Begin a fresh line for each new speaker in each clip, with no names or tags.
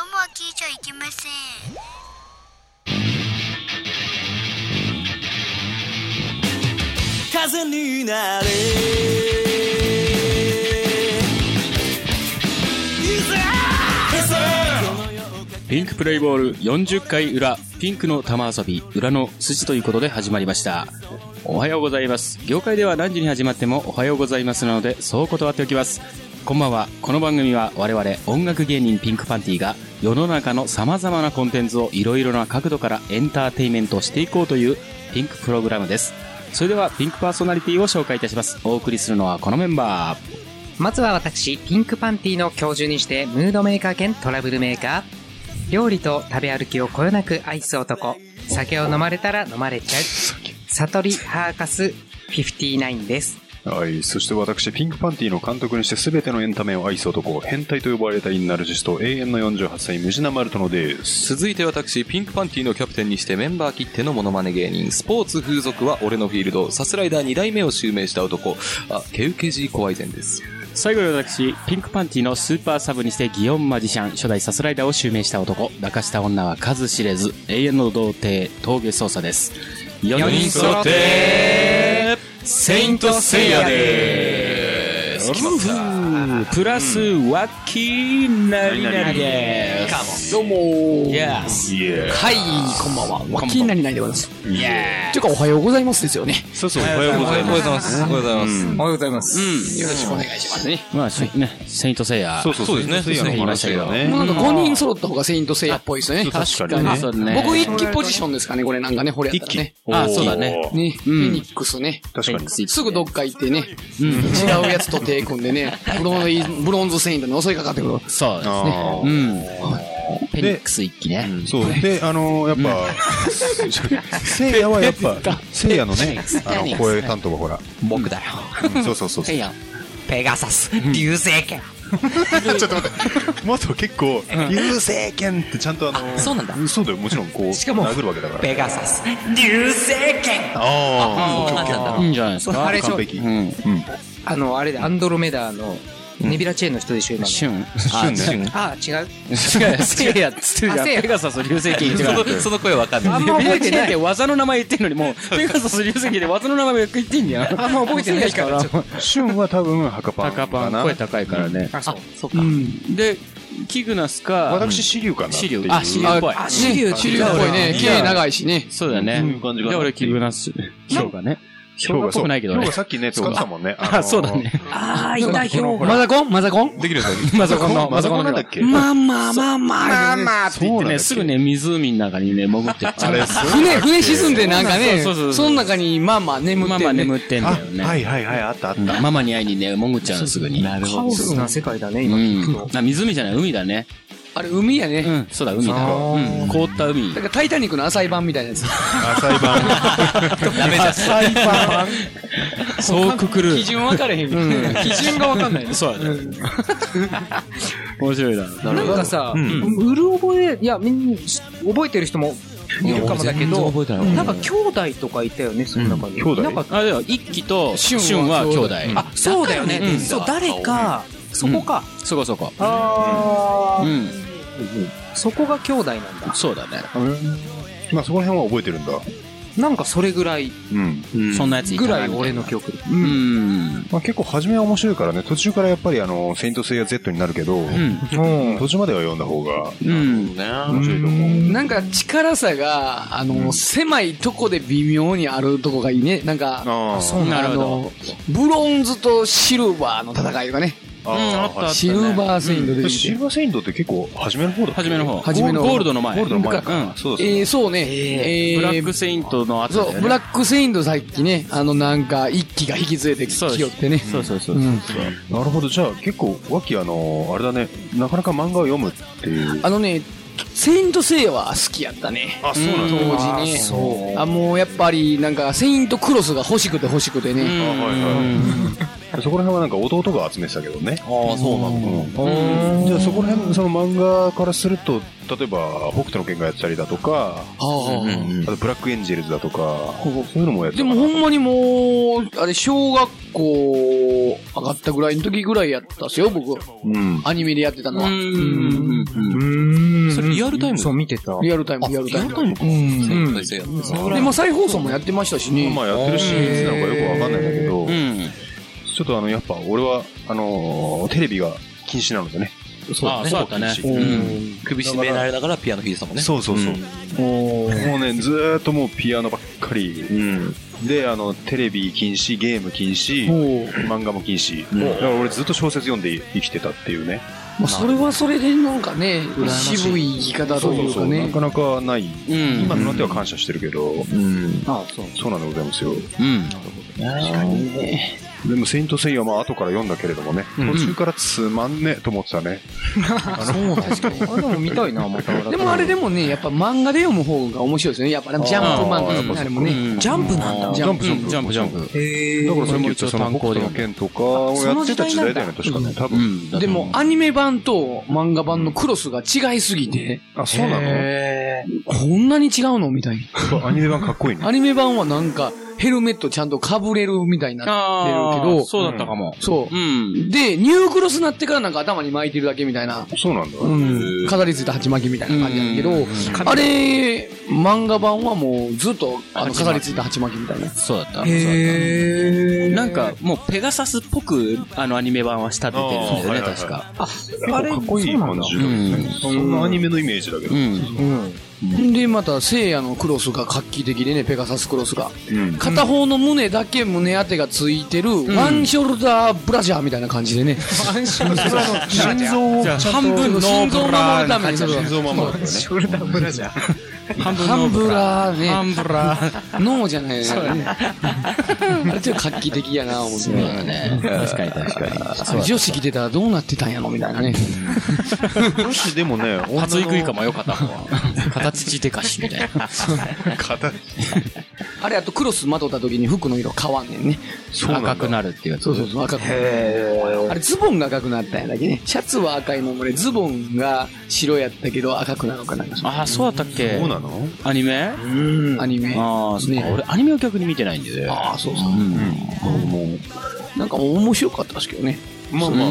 ゃいけません
風になれ
ピンクプレイボール40回裏、ピンクの玉遊び、裏の筋ということで始まりました。おはようございます。業界では何時に始まってもおはようございますなので、そう断っておきます。こんばんは。この番組は我々音楽芸人ピンクパンティが世の中の様々なコンテンツをいろいろな角度からエンターテインメントしていこうというピンクプログラムです。それではピンクパーソナリティを紹介いたします。お送りするのはこのメンバー。
まずは私、ピンクパンティの教授にして、ムードメーカー兼トラブルメーカー。料理と食べ歩きをこよなく愛す男。酒を飲まれたら飲まれちゃう。悟りハーカス59です。
はい。そして私、ピンクパンティの監督にして全てのエンタメを愛す男、変態と呼ばれたインナルジスト、永遠の48歳、ムジナマルトノです。
続いて私、ピンクパンティのキャプテンにしてメンバー切ってのモノマネ芸人、スポーツ風俗は俺のフィールド、サスライダー2代目を襲名した男、あ、ケウケジーコワイゼンです。
最後に私、ピンクパンティのスーパーサブにして、ギオンマジシャン、初代サスライダーを襲名した男、抱かした女は数知れず、永遠の童貞、峠捜査です。4
人揃って、
セイントセイヤです。プラス、ワッキーなりなりです。
どうもー。
イエス。
イエ
はい、こんばんは。わきになりないでございます。
ーイエ
というか、おはようございますですよね。
ーそうそう、お
お
は
は
よ
よ
う
う
ご
ご
ざ
ざ
い
い
ま。
ますす。おはようございます。
おはようございます。
よろしくお願いしますね。
まあ、しね、セイントセイヤ。
そうそう、
そうですね
セイヤの
言いましたけど
話だよ
もう
ね。
なんか5人揃った方がセイントセイヤっぽいですよね。
確かにね
そうだね。
僕一期ポジションですかね、これなんかね、これやったらね。
あ、そうだね。
ね、フェニックスね。
確かに。
すぐどっか行ってね、違うやつと手組んでね、ブロンズブロンズセイントに襲いかかってくる。
そうですね。
あ
う
ー
ん。ペニックス一期ね。
そう。で、あのー、やっぱ、せいやはやっぱ、せいやのね、あの、声担当はほら、
僕だよ。
うんそうそうそうそう。
ペガサス、流星剣。
ちょっと待って。もっと結構、優勢権ってちゃんとあのー、
そうなんだ
そうだよ、もちろんこう、
しかも
殴るわけだから。
ペガサス、流星剣。
あ
あなんだ
いいんじゃないですか。
あれでしょ
完、璧
うん。
あの、あれで、アンドロメダの、ネビラチェーンの人でしょ、今の。
シュン。
あ、ね。
あ、違う。
違う、せいやっつってるじ
あ
ゃん。
せいや
ペガサス流星剣言ってるから。
その声わかん
あ
ない。
んま覚えてない
で技の名前言ってんのに、もう、ペガサス流星剣で技の名前言ってんじゃん。
あんま覚えてないから。
シュンは多分、ハカパンか
高
な。
パン、声高いからね。
あ、そう。
そう
う
か。
ん。で、キグナスか、
私、支流かな。
シリ
っ
ュ
て
ウ。
いう
あ、シリュウっぽい。
あ、シリュウ、シリュウっぽいね。毛長いしね。
そうだね。じゃあ俺、キグナス、ヒョウがね。ヒョウがっぽくないけど
今
ね
日。さっきね、使ってたもん ね。
あ、そうだね。。
ああ、
いた
ひょ
マ
ザコンマザコン
できるように
マザ
あ
コン
の
の、
ーマ
マ
ザ
ザ
コ
コ
ン
ン
なん
の
だっ
ヒ
け
まあまあまあまあ。
ョウ。マって言ってね、すぐね、湖の中にね、潜って。
あれ、すごい
船、船沈んでなんかね、
そうそうそうそう
その中にまあまあ眠って
マ
る、ね。
マ眠ってんだよね。
あはいはいはい、あったあっ
うん
た。
ママに会いにね、潜っちゃうの、すぐに。なる
カオスな世界だね、
う
今聞
ん
く。
あ、湖じゃない、海だね。
あれ海やね。
うん、そうだ、海だ。うん、凍った海
だ。からタイタニックの浅い版みたいなやつ。
あ、裁判。
ダメじゃん。サイパン。そうくくる。
準分かれへんみたいな。
基準がわかんない。
そうだね。面白い
な
な。
んかさ、うる覚え、いや、みんなし覚えてる人もいるかもだけど、なんか兄弟とかいたよね、その中に。
うん兄弟
なんか、
あ、では、一輝と
シ
シ
ュンは
ュンは兄弟。あ、
あ、そうだよね。
うん
そう、誰か、そこか。
そこそこ。
あ
う
ー
ん、
そこが兄弟なんだ。
そうだね。
まあ、そこら辺は覚えてるんだ。
なんかそれぐらい
うん。
そんなやついた
ぐ
な
らい俺の記憶で。
う
うん
ん。
まあ、結構、初めは面白いからね、途中からやっぱり、あの、セイントセイヤ Z になるけど、
うん。
途中までは読んだ方が
うん。
面白いと思う。
なんか力さが、あの、狭いとこで微妙にあるとこがいいね。なんか、
あー
なるほ
あ
ど
の。ブロンズとシルバーの戦いとかね。
あ
うんあった
ー、は
シルバーセイントで
い。シルバーセイントって結構、初めの方だっけ
初めの方。
初めの方
ゴールドの前。
ゴールドの前
うん
か。そうだそう
え
だ。
ー、そうね。えー
ブラックセイントの後
そ
だよ
う、
ね
ブラックセイントさっきね、あのなんか一気が引き連れてき
そうです
よってね。
そうそうそうう。
ん。
なるほど、じゃあ、結構、和気あの、あれだね、なかなか漫画を読むっていう。
あのね、セイントセイヤは好きやったね。
あ、そう
当
なん
時
だ。
ね。あ、もうやっぱりなんかセイントクロスが欲しくて欲しくて
う
ね。
あはいは
ん。
そこら辺はなんか弟が集めてたけどね。
ああ、そうなの。
じゃあそこら辺、その漫画からすると、例えば、北斗の拳がやってたりだとか、
うんうん
あとブラックエンジェルズだとか、そういうのもやって
で
たか
も
な
ほんまにもう、あれ、小学校上がったぐらいの時ぐらいやったっすよ、僕。
うん。
アニメでやってたのは。
うん
それリアルタイム
そう、見てた。
リアルタイム、リアルタイム。うん
全体制やってさ
で、まあ再放送もやってましたしね。
まあやってるシリーズなのかよくわかんないんだけど、
うん。
ちょっとあの、やっぱ俺は、あのーテレビが禁止なのでね。
ああ、そうだったね。うん。
首絞められながらピアノ弾いてたもんね。
そうそうそう。もうね、ずーっともうピアノばっかり。で、あの、テレビ禁止、ゲーム禁止、漫画も禁止。だから俺ずっと小説読んで生きてたっていうね。
まあそれはそれでなんかね
羨、ましい
渋い生き方というか
な
ね。
かなかない。
うん。
今となっては感謝してるけど、
うん。
そうなんでございますよ。
うん。
でも、セイントセイヤはまあ後から読んだけれどもね、途中からつまんねえと思ってたね。
あでも見たいな、また。
でもあれでもね、やっぱ漫画で読む方が面白いですよね。やっぱジャンプ漫画にあれもね。
うん
ジャンプなんだ。ジャンプ。
ジャンプ、ジャンプ。
だからそれも一応その
単
北
行で
斗の剣とかをやってた時代だよね、確かね。多分。
ん
でも、アニメ版と漫画版のクロスが違いすぎて、
あ、そうなの
こんなに違うのみたい
アニメ版かっこいいね
な。。アニメ版はなんか、ヘルメットちゃんと被れるみたいになって
あ
る
あ
けど、
そうだったかも。
そうう。
ん。
で、ニュークロスになってからなんか頭に巻いてるだけみたいな、
そうなんだ。
うん、飾り付いた鉢巻きみたいな感じなんだけど、あれ、漫画版はもうずっとあの飾り付いた鉢巻きみたいな。
そうだった。
へ
なんか、もう、ペガサスっぽく、あの、アニメ版は仕立ててるんだよね、
あーはいはいはい
確か。
結構かっこいい感じだよね。そんなアニメのイメージだけど
う。ん。
で、また、聖夜のクロスが画期的でね、ペガサスクロスが。
うん
片方の胸だけ胸当てがついてる、ワンショルダーブラジャーみたいな感じでね。ワンショルダー心臓をちゃんと、半分の心臓を守るために。心臓守る。
ショルダーブラジャー。
半ブラーね。
アンブラー。
脳じゃないよね。 あれちょっと画期的やな、思って。
確かに確かに。
あれ女子着てたらどうなってたんやろみたいなね。
女子でもね、女
初食いかもよ、片方 は。片土でかし、みたいな。
の方、
あれ、あとクロスまとった時に服の色変わんねんね。
赤くなるっていうやつ。
そうそうそう、赤くなる。あれ、ズボンが赤くなったんやだけね。シャツは赤いのもね、ズボンが白やったけど赤くなるのかなんか
ああ、そうだったっけ
そうなの
アニメ
アニメ。
ああ、そうか。
ね
俺、アニメを逆に見てないんでね。
ああ、そうそう。なんか面白かったですけどね。
まあまあ、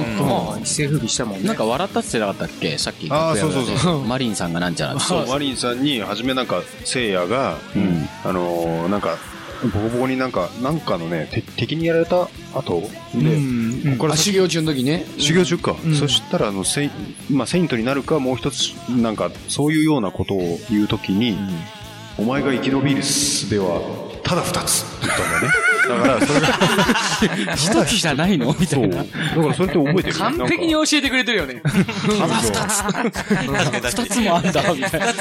あ一世風靡したもんね。
なんか笑ったってなかったっけさっき。。
あーそうそうそう
マリンさんがなんちゃらって。
そう、マリンさんに、初めなんか、聖夜が、
うん。
あのー、なんか、ボコボコになんか、なんかのね、て敵にやられた後で、
うんあ修行中の時ね。
修行中か。そしたら、あの、セイ、まあ、セイントになるか、もう一つ、なんか、そういうようなことを言うときに、お前が生き延びる術は、ただ二つって言ったんだよね。だから、それが、
一つじゃない のみた
そう。
いな
だ。からそれって覚えてるよ
完璧に教えてくれてるよね。
なんか
二つもあんだ、みたいな。
うん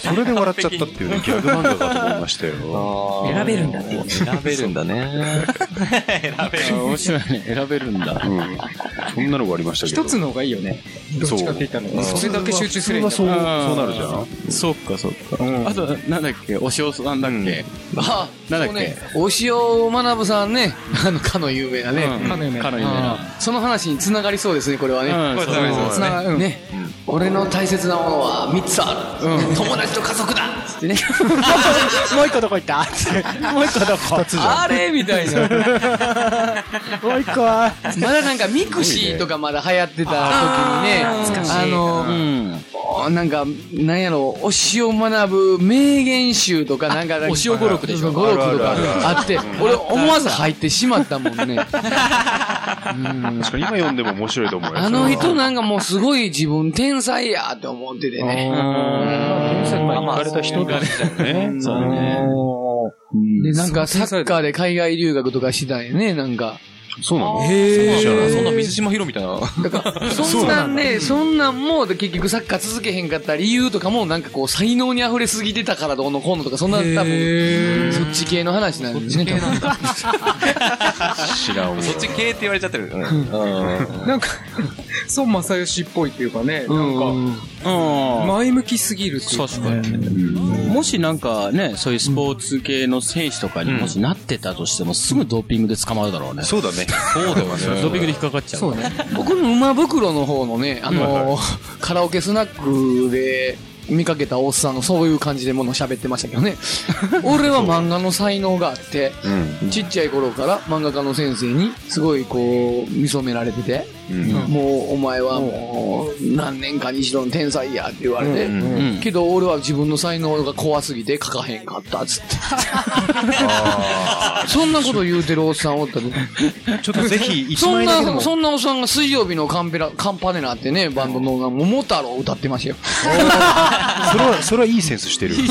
それで笑っちゃったっていうね、ギャグ漫画だと思いまし たよ。
選べるんだね。選べるんだね。
面白いね。 選べるんだ。
うんそんなのがありましたけど。
一つの方がいいよね。どっちかって言ったの。それだけ集中する
普通はそう、そうなるじゃ
そっか、そっか。あと、なんだっけ、お塩さんだっけ。
あ
なんだっけ
そうねお塩学さん ね、あの、かの有名なね。
うん
かの有名な
かの有名な。
あーその話に繋がりそうですね、これはね。
うん、そうそう
つながる。
ね、俺の大切なものは3つある、友達と家族だつ ってね
もう一個どこ行った ってもう一個どこ
あれみたいな
もう一個は。
まだなんかミクシーとかまだ流行ってた時にねあの
う、ん。
なんかなんやろお塩を学ぶ名言集とかなんかお塩語録でしょ語録とかあって俺思わず入ってしまったもんね
ん。確かに今読んでも面白いと思うよ。
あの人なんかもうすごい自分天才やって思っててね
まあ、行かれた人だね。
そうだね。
でなんかサッカーで海外留学とかしてたんやねなんか
そうなの
へ
そんな水島ヒロみたいな。
だから、そんなんね、そんなんも、で結局サッカー続けへんかった理由とかも、なんかこう、才能に溢れすぎてたからどうのこうのとか、そんな多分、そっち系の話なんですね。
知らんわ。
そっち系って言われちゃってる。うん。
なんか、孫正義っぽいっていうかね、なんか、
うん
前向きすぎるっていう
確かに、もしなんかねそういうスポーツ系の選手とかにもしなってたとしてもすぐドーピングで捕まるだろうね、
そうだね。
そうだよ
ドーピングで引っかかっちゃう
そうね
僕の馬袋の方のね、あのカラオケスナックで見かけたおっさんのそういう感じでもの喋ってましたけど ね。俺は漫画の才能があって、ちっちゃい頃から漫画家の先生にすごいこう、見初められてて、もうお前はもう何年かに一度の天才やって言われて、
うん
けど俺は自分の才能が怖すぎて書かへんかったっつって。そんなこと言うてるおっさんおったで。
ちょっとぜひ、一
そん
枚だけでも
な、。そんなおっさんが水曜日のカンペラ、カンパネラってね、バンドの、桃太郎を歌ってましたよ。
それは、それはいいセン スしてる。
キ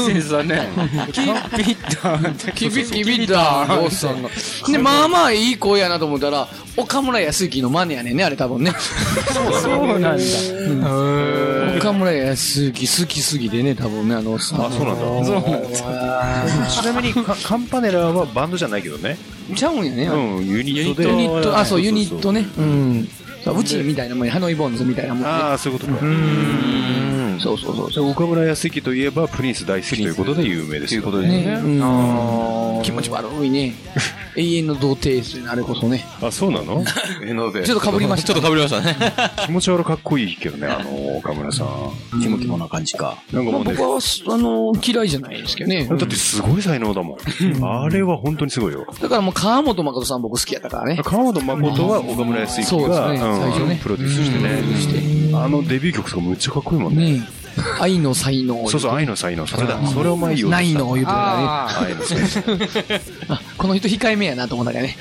ビキビだ、おっさんが。で、まあまあいい声やなと思ったら、岡村康之のマネやねんね、あれ多分ね。
そうなんだ
岡村康之好きすぎてね、多分ね、あのおっさん。
あ、そうなんだ。ちなみにカ、カンパネラはバンドじゃないけどね。
ちゃうんやね。
うん、ユニットで。
ユニット、あ、そう、ユニット
ね。
ね。うん。そううちみたいなもんや、ハノイボーンズみたいなもん
あ
ね。
あ、そういうことか。うん。そうそうそうそう。岡村康之といえば、プリンス大好きということで有名ですよ。ということ
ね。うん気持ち悪いね。永遠の童貞ですよね、あれこそね。
あ、そうなの え、なので
ちょっと被りました。
ちょっと被りましたね。
気持ち悪かっこいいけどね、あの、岡村さん。
キモキモな感じか
なんかもうね
僕、は、あの、嫌いじゃないですけどね。
だってすごい才能だもん。あれは本当にすごいよ。
だからもう川本誠さん僕好きやったからね。
川本誠は岡村康之が、
そうですね最初
うん
ね
プロデュースしてね。あのデビュー曲とかむっちゃかっこいいもんね。
ねえ愛の才能。
そうそう、愛の才能。それだ。それを前言おうと
な
し
い
た。
の言うとからね。あ
あ
愛の才能。
この人控えめやなと思った からね。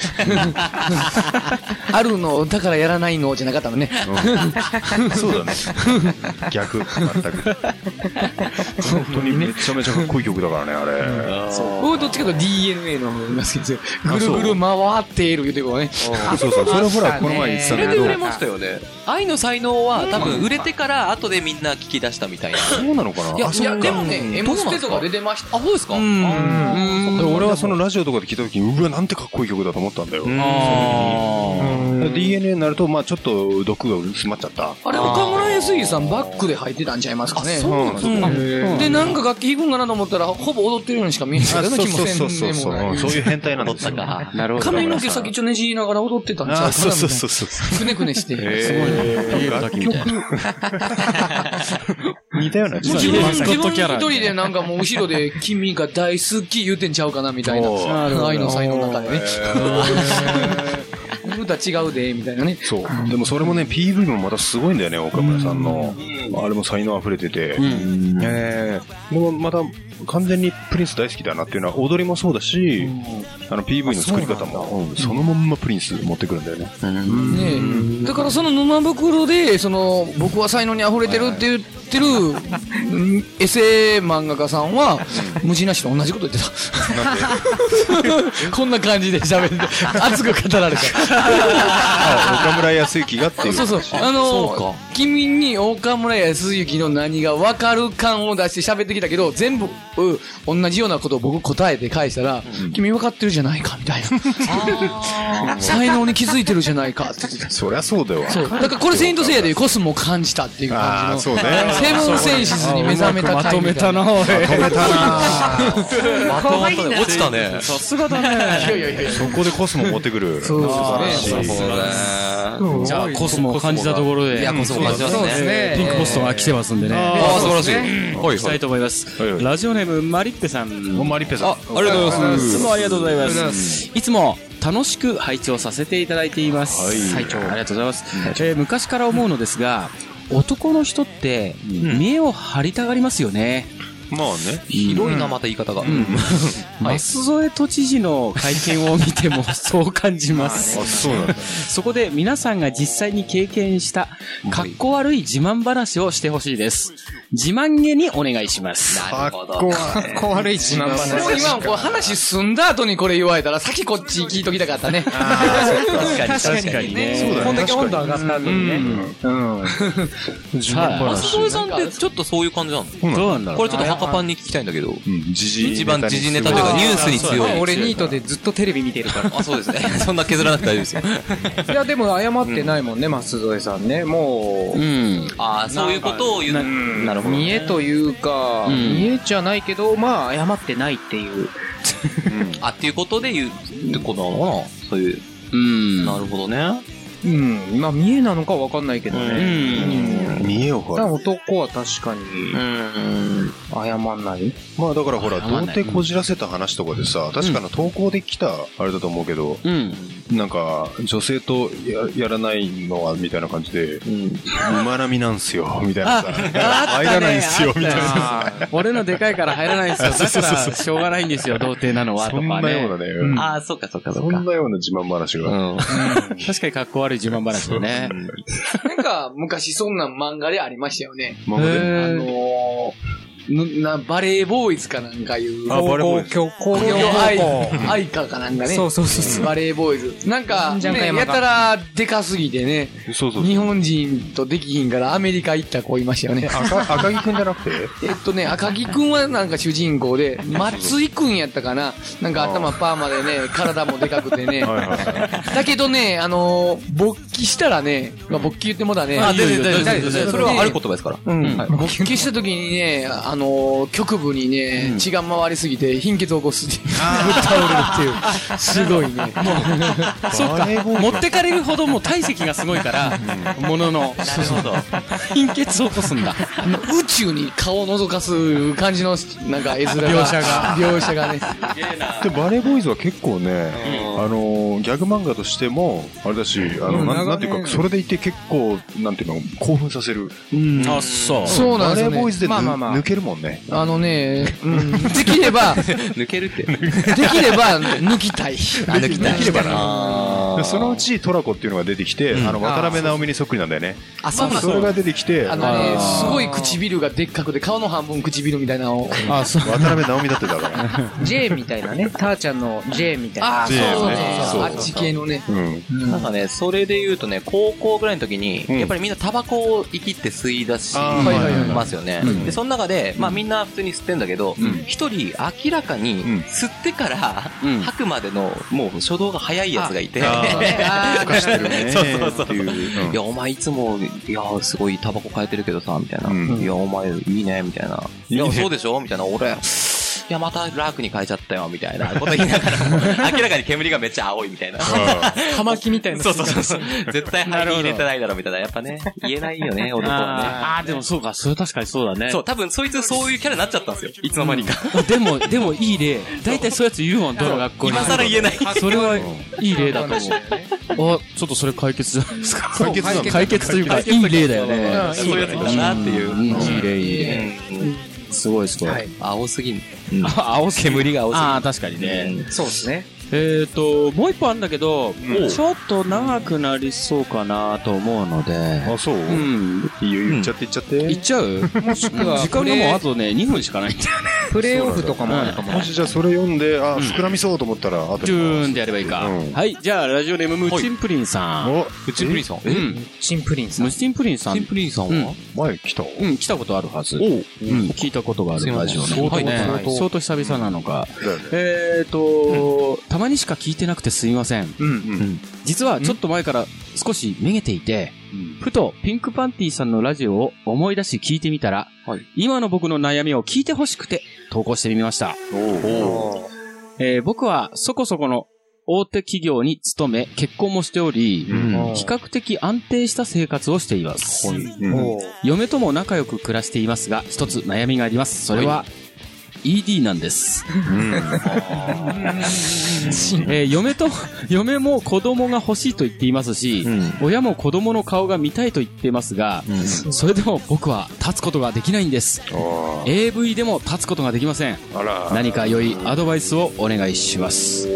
あるの、だからやらないのじゃなかったのね。
そう だね。逆、全く。本当にめちゃめちゃかっこいい曲だからね、あれ。
僕どっちかというと DNA の方が好きですよ。
あ
ぐる
そう
ぐる回っている言うてこうね。
そうそう、それほら、この前言ってた
そ
んだ
れ
け
で
ど
売れ。ましたよね。愛の才能は多分売れてから後でみんな聞き出したみたいな。
そうなのか
いや、
ない
やでもね、M ステとか出てました。
あ、そうですか
うん
で俺はそのラジオとかで聞いた時に、うわ、なんてかっこいい曲だと思ったんだよ。DNA になると、まあちょっと毒が薄まっちゃった。
あれ、岡村康之さんバックで入ってたんちゃいますかね。
うんそうなんだ。
で、なんか楽器弾くんかなと思ったら、ほぼ踊ってるようにしか見えないような気もせんでもない
うんそういう変態なんですよ。
なる
髪の毛先ちょねじりながら踊ってたんちゃうか
あ
な
ー、そうそうそうそう。
みたいなくねくねして。
すごいね。楽曲。 似たような
もう自
ね
分
マス
自
コット
分
キャラ
一人でなんかもう後ろで君が大好き言うてんちゃうかなみたいな
おー。
愛の才能の中でね。歌違うで、みたいなね。
そう。でもそれもね、PV もまたすごいんだよね、岡村さんの。あれも才能溢れてて。ええ。でもまた、完全にプリンス大好きだなっていうのは、踊りもそうだし、あの PV の作り方も、うんそのまんまプリンス持ってくるんだよね。
ねえだからその沼袋で、その、僕は才能に溢れてるって言ってる、うんエセ漫画家さんは、無事なしと同じこと言ってた。 こんな感じで喋って、熱く語られた。
あ岡村康之がっていう。
そうそう。あの、君に岡村康之の何が分かる感を出して喋ってきたけど、全部、う同じようなことを僕答えて返したら、君分かってるじゃないか、みたいな。才能に気づいてるじゃないか、って言ってた。
そりゃそうだよ。
そう。だからこれセイントセイヤでコスモを感じたっていう
あ
感
あ、
じの。
そうね。
セブンセンシズに目覚めた回みたいな。
おい
止めたな
まとまったね。落ちたね。
さすがだね
いやいやいやいや。
そこでコスモ持ってくる。
そうです
素晴
ね
らしい。
じゃあコスモを感じたところで
いや、もうそう感じますね。
えーピンクポストが来てますんでね
ああ、素晴らしい。はい
したいと思います
はいはい
ラジオネームマリッペさん
ほんまリッペさん。あ
ありがとうございま
い
す
つ。もありがとうございます。いつも楽しく配置をさせていただいています。
はい
拝聴ありがとうございます。えー昔から思うのですが、男の人って、見栄を張りたがりますよね。
まあね。
広いな、また言い方が。
舛添都知事の会見を見ても そう感じます。
そうなんだ。
そこで皆さんが実際に経験した、かっこ悪い自慢話をしてほしいです。自慢げにお願いします。
なるほど。
ーかっこ悪い自慢話
もう今、こう話済んだ後にこれ言われたら、さっきこっち聞いときたかったね。
確かに。確かにね。
そうだね。こんだけ温度
上がった後にね
うん。自分の
舛
話。
添さんってちょっとそういう感じなの
どうなんだろう
これちょっとは赤パンに聞きたいんだけど、
うん、時事
一番時事ネタという
ネ
か
タ
ニ
に
ュースに強い。
俺ニートでずっとテレビ見てるから。
あ、そうですね。そんな削らなくて大丈夫ですよ。
いや、でも謝ってないもんね、舛添さんね。も
う
う、
ん。
ああ、そういうことを言う。なるほど。
見えというか、
ん
見えじゃないけど、まあ、謝ってないっていう。
あ、っていうことで言うってことなのかなそういう。
うん。
なるほどね。
うん。まあ、見えなのかわかんないけど
う
ね。
ん。
うん見えよ
た
ほ
だ
ら
男は確かに
うん。
謝んない。
まあだからほら
謝んない
童貞こじらせた話とかでさ確かの投稿で来たあれだと思うけど、
うん。
なんか女性とややらないのはみたいな感じで馬並みなんすよみたいなさ入らないんすよみたいな
俺のでかいから入らないんですよ。だから、しょうがないんですよ、童貞なのは、と
そん
か
な
ね
よ。うなね、
ああ、そっかそっかそ
そ
っか
ん。なような自慢話が、
うん。
確かに格好悪い自慢話だね。
なんか、昔そんなん漫画でありましたよね。
まあでも
あのー、ななバレーボーイズかなんかいう。
あバレーボーイズ
公共、公共
工業
高
愛
校。
愛歌かなんかね。
そうそうそうそう。
バレーボーイズ。なんか、
ジャンカ
ね、
ヤマ
や
カ
たらでかすぎてね、
そうそうそう
日本人とできひんからアメリカ行った子いましたよね。
赤赤木くんじゃなくて
え っとね、赤木くんはなんか主人公で、松井くんやったかななんか頭パーマでね、体もでかくてね。
はいはいはい
だけどね、あのー勃起したらね、まあ、勃起言ってもだね。
あ、全然大丈夫
いい
で
よ
す。それはある言葉ですから。
うん勃起した時にね、あのー局部にね、血が回りすぎて貧血を起こすっていう。倒れるっていう。すごいね。
そうか。持ってかれるほどもう体積がすごいから、ものの、貧血を起こすんだ。
宇宙に顔を覗かす感じの、なんか絵面が。描写が。描写がね。
でバレーボーイズは結構ね、あのギャグ漫画としてもあれだしあの、
うん
なん
長
なん
年
ていうかそれでいて結構なんていうの興奮させる
あ、そう。
そうなんですよ
バレーボーイ
ね。
ズでぬ、
まあまあまあ
抜けるもんね
あのね、うん、できれば、で
抜けるって。
きれば抜きたい。
抜きたい。抜ければな
でそのうちトラコっていうのが出てきて、あの渡辺直美にそっくりなんだよね
あ、そう
それが出てきて
あのね、すごい唇がでっかくて、顔の半分唇みたいなのを。
あそう渡辺直美だってだから
J みたいなね。ターちゃんの J みたいな。
あ、そうそうそう。
そう
あっち系のね。
うん
なんかね、それで言うとね、高校ぐらいの時に、
うん
やっぱりみんなタバコを生きって吸い出し
あーはいはいはい
ますよね。で、その中で、まあみんな普通に吸ってんだけど
ん、
一、人明らかに
うん
吸ってから、
うん
吐くまでのもう初動が早いやつがいて、
あ
あー
ふかしてるね
そうそうそう
っていう、うん
いや、お前いつも、いや、すごいタバコ変えてるけどさ、みたいな。
うん
いや、お前いいね、みたいな。いや、そうでしょみたいな。俺、いや、またラークに変えちゃったよ、みたいなこと言いながらも、明らかに煙がめっちゃ青いみたいな。
葉巻みたいな。
そうそうそうそう。絶対肺に入れてないだろ、みたいな。やっぱね、言えないよね、男は
あ
ね。
ーあー、でもそうか、それ確かにそうだね。
そう、多分そいつそういうキャラになっちゃったんですよ。いつの間にか。
でも、でもいい例。大体そういうやつ言うもん、どの学校に。
今更言えない。
それはいい例だと思う。あ、ちょっとそれ解決じゃないですか。
解決なの
解決というか、いい例だよね。
そういうやつだなっていう。
うんいい例、いい例。すごい、すごい。
青すぎん。
あ青すぎる
煙が青すぎる
ああ、確かにね。
そうですね。
えー、ともう一本あるんだけど、ちょっと長くなりそうかなと思うので、
あそう、
うん、
いいよ言っちゃって言っちゃって、
いっちゃう時間が
これ
もうあとね2分しかないんだよね
プレイオフとかもあるかも
もしじゃあそれ読んであ膨らみそうと思ったらあと
ジューンでやればいいか、
うん
はいじゃあラジオネームムチンプリンさん、
お
うちプリンさん。
う
え
ん、
チンプリンさん
ム。チンプリンさん
プリンさん
は
前来た
うん、来たことあるはず。うん、聞いたことがあるラジオ
すいません
ね
相当
はい相当久々なのか。
だよね
えっと、たまにしか聞いてなくてすいません。
うん
実はちょっと前から少しめげていて、ふとピンクパンティさんのラジオを思い出し聞いてみたら、
はい
今の僕の悩みを聞いてほしくて投稿してみました。えー僕はそこそこの大手企業に勤め、結婚もしており、
うん
比較的安定した生活をしています。
うん
嫁とも仲良く暮らしていますが、一つ悩みがあります。それは、ED なんです。えー嫁と、嫁も子供が欲しいと言っていますし、親も子供の顔が見たいと言ってますが、それでも僕は立つことができないんです。
あ
AV でも立つことができません。
ーあら
何か良いアドバイスをお願いします。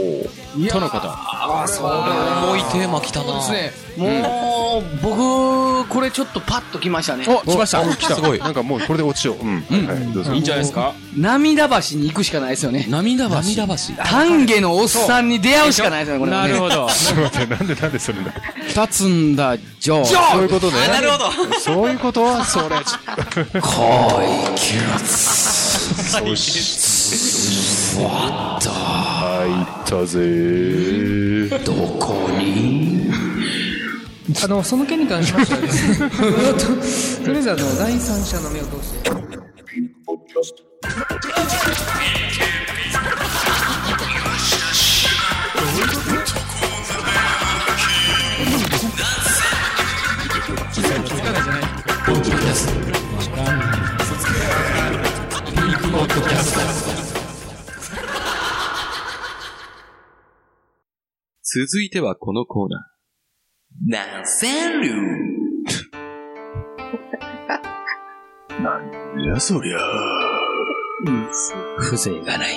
とのこと。
あ、そう
重いテーマ来たな
そうですね。もう、僕、これちょっとパッときましたね。
お、来ました。
来たすごいなんかもうこれで落ちよううん
うん
はいどうぞ
いいんじゃないですか
涙橋に行くしかないですよね。
涙橋。
涙橋。
丹下のおっさんに出会うしかないですよね、これは
な
ね。
るほ ど。
ちょっと待ってなんでなんでそれだ
立つんだ、ジョー。
そういうことね
なるほど。
そういうことはそれ
こい、キュッ
そしわった入ったぜどこに
あの、その件に関しましてはですね、 とりあえずあの、第三者の目を通して。
続いてはこのコーナー。なんせる
いやそりゃ
風情がない。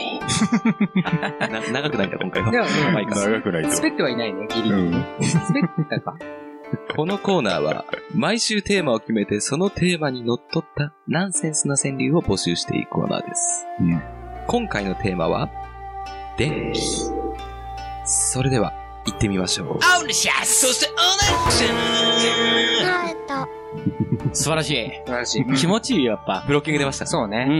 な長くないんだ、今回は。
では、うん
はい
長くないと
滑ってはいないね、ギリ
う
ギリ。
ん
滑ったか。
このコーナーは、毎週テーマを決めて、そのテーマにのっとったナンセンスな川柳を募集していくコーナーです。
うん
今回のテーマは、電気。それでは、行ってみましょう。
オーシャスそしてオーナシャ
素晴らしい。
素晴らしい。
気持ちいいよ、やっぱ。
ブロッキング出ました。
そう
う
ね。
ん。
う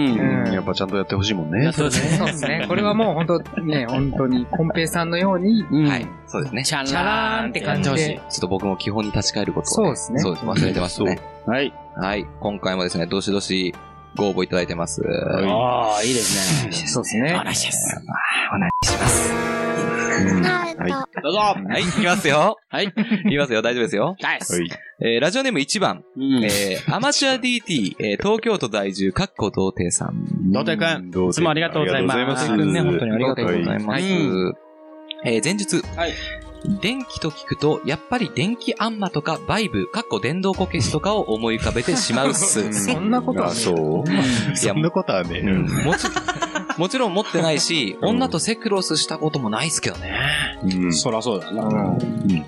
ん
やっぱちゃんとやってほしいもん
やっ
ね
とね。
そうですね。これはもう本当ね、本当に、コンペイさんのように、
うん
はい。。そうですね。ち
チ
ょ
ャラ
チャラーンって感じで。
っと僕も基本に立ち返ることを
そうですね
そうです。忘れてましたね。
はい。
はい。今回もですね、どしどしご応募いただいてます。
ああ、いいですね。
そうですね。
はいは
どうぞ
はい、いきますよ。
はい。
いきますよ、大丈夫ですよ。
ナイス
い
えー、ラジオネーム1番、
うん
えー、アマチュア DT、えー、東京都在住、かっこ童貞さん。
童貞くん、いつもありがとうございます。
ありがとうございます
くんね、本当にありがとうござ
はい
ます。えー、前述。
はい
電気と聞くと、やっぱり電気あんまとか、バイブ、かっこ電動こけしとかを思い浮かべてしまうっす。
そんなことは
あ
ね。
そうそんなことはねうん
もちもちろん持ってないし、
うん
女とセクロスしたこともないっすけどね。
うん
そらそうだな。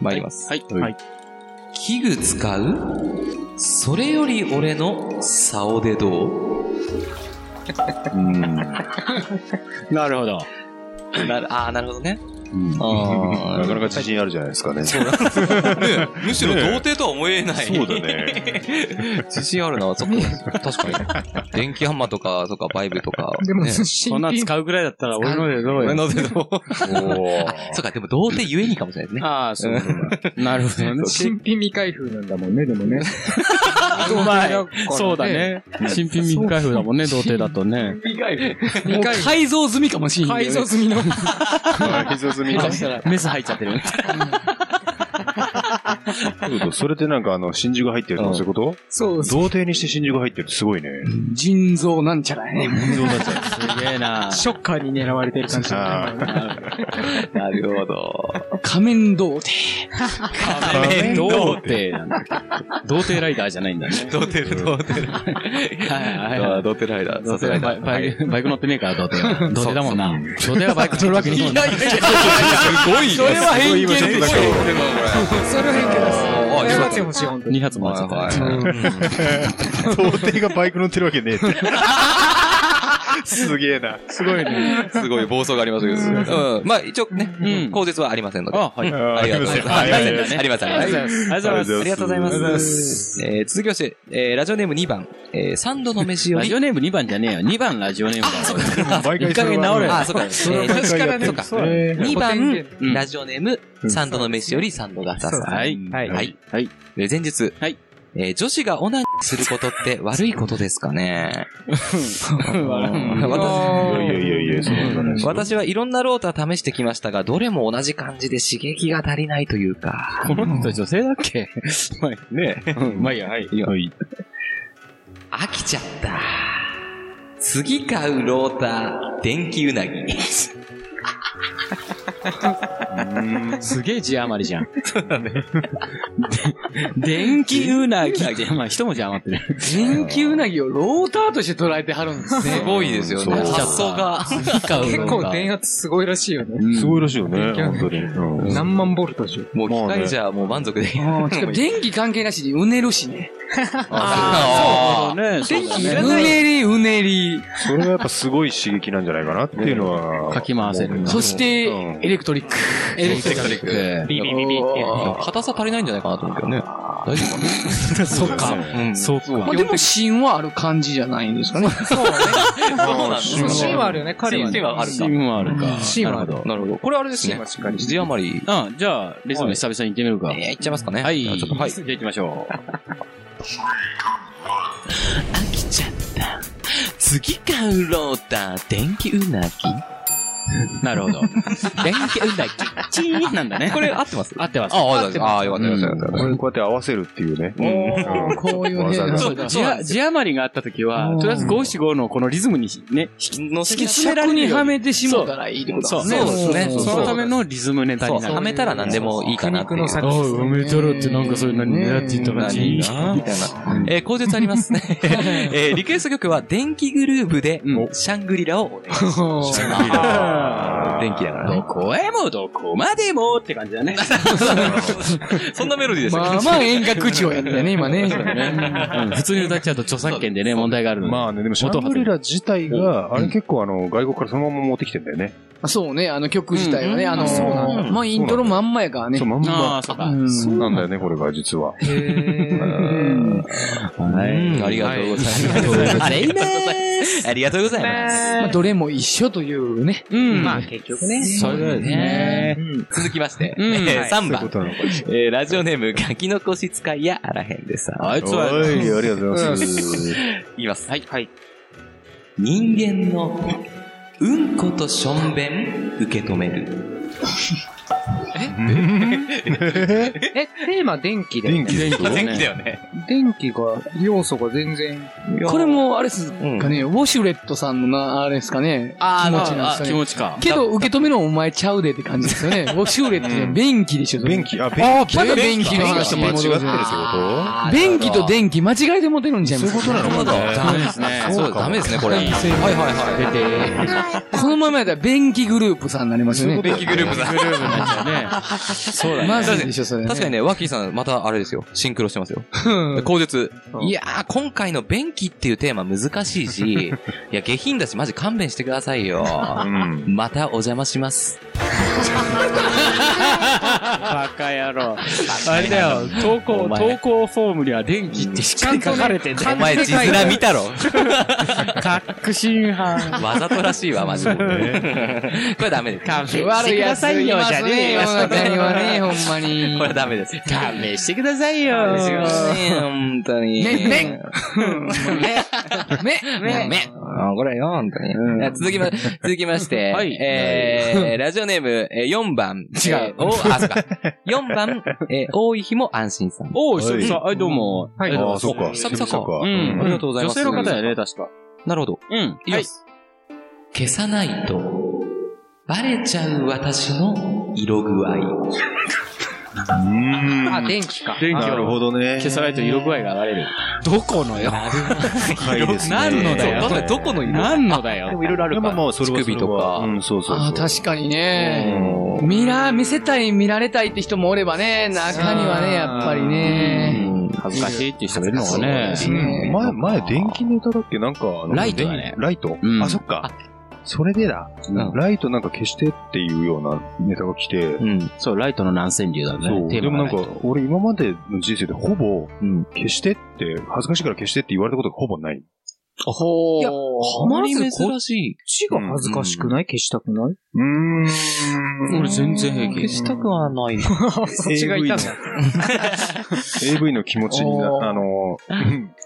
参ります。
はい。
はい
はい。
器具使うそれより俺の竿でどう
うん
なるほど。
なるああ、なるほどね。
うんな
あー
かなか自信あるじゃないですかね
そうだねむしろ童貞とは思えない。
そうだ。ね
自信あるな、そっか。確かに。電気ハンマーとか、とか、バイブとか。
でも、
ね
そんなん
新品
使うぐらいだったら俺のでどう
俺
よ。
のでどうあ、そうか、でも童貞ゆえにかもしれないですね。
ああ、そうそうだ。 なるほどね。
新品未開封なんだもんね、でも ね。
うまい。そうだ。ね。新品未開封だもんね、童貞だとね。
未開封。
改造済みかもしれない、
改造済みの。
改造済み
そ
だ
したら、メス入っちゃってる。
それってなんかあの真珠が入ってるとかそういうこと
そう
童貞にして真珠が入ってるってすごいね
腎臓なんちゃらやね。
すげえ な。
ショッカーに狙われてる感じ。
あー
なるほど。
仮面童貞。
亀童貞なんだ。童貞ライダーじゃないんだね。
童貞だ、童 貞だ。
はい
あー童貞ライダー。
童貞
ラ
バ
イ
イバイ
ダー
クバイク乗ってねえから、童貞 は。童貞だもんな。童貞はバイク乗るわけにいかない。
すごいそれは偏見
すごい今ちょっとだけ
それは
あー
変
よ
化で
かった
す。謝ってほしい、本当に。
2発もらっちゃった。
童貞がバイク乗ってるわけねえって。すげえな。すごいね。
すごい暴走がありましたけど。うん。まあ、一応ね
う、ん
口実はありませんので。
あ、はい。あ
あ
ありがとうございます。ありません。あ
あ
りません。ありがとう
りがとうございます。
ありがとうございます。えー続きまして、えーラジオネーム2番、えー、三度の飯よ
ラ
り
ジ、オネーム2番じゃねえよ。2番ラジオネームだよ。
毎
一回直れ
あ、そうか。え
れは
ー
毎
確
回
か
やっ
に、
て
そ
る
うか。
え
2番、
うん
ラジオネーム、三度の飯より三度がささん。
はい。
はい
はい。
はい。
で前日、
はい
えー女子がオナニーすることって悪いことですかね
い
私
やいやいやいや、そうなんですよ。
私はいろんなローター試してきましたが、どれも同じ感じで刺激が足りないというか。
この人女性だっけ
ね。
まあいいや、はい。
はい。
飽きちゃった。次買うローター、電気うなぎ。
すげえ字余りじゃん。電気うなぎって、まあ一文字余ってる。
電気うなぎをローターとして捉えてはるんですね。
すごいですよね。
そう
発想が。
結構電圧すごいらしいよね。
すごいらしいよね、本当に。うん
何万ボルトでしょ。
もう
ま
機
あね
械じゃもう満足できない。
しかも電気関係なしにうねるしね。
ああ、なるほどね。そうだね。
うねりうねり。
それがやっぱすごい刺激なんじゃないかなっていうのは。
かき回せる。
そして、
うん
エレクトリック。エレクトリック。
え
ビビビビ
ー硬さ足りないんじゃないかなと思うけどね。大丈夫
そっか。
かな。
そうか。
まあ、でも、芯はある感じじゃないんですかね。
そうなんですよ
芯はあるよね、彼はね。
芯はあるか。
芯もあるか。
なるほど。なるほど。これあれですね。字余り。
あじゃあ、レズム久々に行ってみるか。
えー、いっちゃいますかね。
はい。
じゃあちょっと、はい。
じゃあ行きましょ
飽きちゃった。次買うローター、電気うなぎ。
う。なるほど。電気うんだっけチーンなんだね。これ合ってます合ってます。
ああ、ありがとうございますあー、よかった、よかったよかった。
これこうやって合わせるっていうね。うん
こういう
わ
ね
ざわざ
そ
そうう
だ
字あ字余りがあった時は、とりあえず五七五のこのリズムにね、引き、乗せ
引き詰められるように尺にはめてしもうたらいいってこと
そう
だ
そ
ね。
うですね。
ん
そう
そのためのリズムネタ
そう、
になる。
はめたら何でもいいかなっていう。
そうですね
何がみたいな。 えー、口述あり ますね。えー、リクエスト曲は、電気グルーブで、シャングリラをお願いします。電気だから
ど
ね。
こへもどこまでもって感じだね。
そんなメロディーでした
まあまあ遠隔地をやった よね、今ね。
うん普通に歌っちゃうと著作権でね、問題があるので。
まあね、でもシャングリラ自体が、あれ結構あの、外国からそのまま持ってきてんだよね。
そうね、あの曲自体はね、あの
そうなんだ
まあイントロまんまやからね
そう、。ま
あ
んま
あ、。そうか。
うん
なんだよね、これが実は。
うんありがとうございます。ありがとうございます。ありがとうございます。
まあどれも一緒というね。
うん。
まあ結局ね。
それですね。
続きまして、
うん
えー
はい
3
そういう
番
こ。となのか。
えーラジオネーム、ガキの腰使いやあらへんでさん。
あいつ
お
は、
い、ありがとうございます。
言います。はい。はい。人間のうんことしょんべん受け止める。
え、テーマ電気で。
電気でしょ
電気だよね。
電気が、要素が全然。
これもあれですか
うん
ね、ウォシュレットさんのな、あれですかね。気持ちなんで
あ
す
気
よね。
持ちか。
けど、受け止めのお前ちゃうでって感じですよね。ウォシュレットで便器でしょ、それ
便器、あ、
あ
便
あ、まだ便器の話に
器間違って
戻
る
る
ってこ
便器と電気間違えて持てるんじゃいます
となのかな
ダメですね。そう、ダメですね、これ。はいはいはい。
このままやったら便器グループさんになりますよね。
電気グループだ。
そうだね。
まずいでしょ、それね。
確かにね、ワッキーさん、またあれですよ。シンクロしてますよ。
うん。
口述。いやー、今回の便器っていうテーマ難しいし、いや、下品だし、マジ勘弁してくださいよ。
うん。
またお邪魔します。
バカ野郎。あれだよ、投
お
稿、
前
投稿フォームには電気ってしっかり書かれてんだ
お
よ。
前、字面見たろ。
確信犯。
わざとらしいわ、マジで。これダメです。
悪いやついますね、世の中にはね、ほんまに
こ。れダメです。
勘弁してくださいよ。
本当に。
ねね ね、ね、ね。
あこれよ、本当に。続きま、続きまして、
はい
えー、ラジオネーム、えー、4番。違う。お、あ、そうか。4番、えー、多い日も安心さん。
おう、久々。はい、どうも。はい
ああ、そっか。
久
久
々か
々
う
か。
ん。
ありがとうございます
女性の方やね、確か。
なるほど。
うん。
いきます。消さないと、バレちゃう私の色具合。
あ、電気か。
電気
なるほどね。
消さないと色具合が上がれる。どこのよ。
深いですね。
何のだよ。
そう確かにどこの色
何のだよ。
いろいろあ
まあまあ、それはそれ
乳首とか
はうん、そうそうそう。
ああ、確かにね。
う
見ら、見せたい、見られたいって人もおればね、中にはね、やっぱりね。
恥ずかしいっていう人もいるのかね。
ん前、前、電気ネタだっけなんか、あの
ライトだね
電ライト
うん
あ、そっか。それでだ。ライトなんか消してっていうようなネタが来て、
うん。そう、ライトの南千流だね。
そう。
テ
で
ー
も
マ
な
が
んか、俺今までの人生でほぼ、消してって、恥ずかしいから消してって言われたことがほぼない。
ほー。
まずこっ
珍しい。
ちが恥ずかしくない消したくないう
ーん。
俺全然平気
消。したくはない。
そっちがいたんだ。
AV の気持ちに
おー
な、あの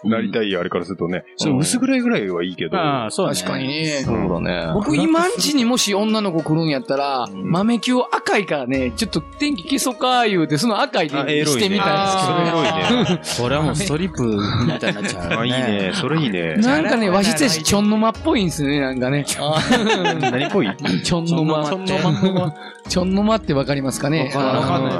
ー、なりたいあれからするとね、その薄暗いぐらいはいいけど、
ああ、そうだね
確かに。ね。
そうだね。
僕、今んちにもし女の子来るんやったら、
ん
豆球を赤いからね、ちょっと天気消そうか、言うて、その赤い
あ
でしてみたい
エロいね。それエロいね。
それはもうストリップみたいになっちゃう。
あ、いい。ね。それいい
で
ね
すけ。どね。なんかね、和室やし、ちょんの間っぽいんですよね、なんかね。
何っぽい
ちょんの間って。ちょんの間ってわかりますかね
わかんない
あの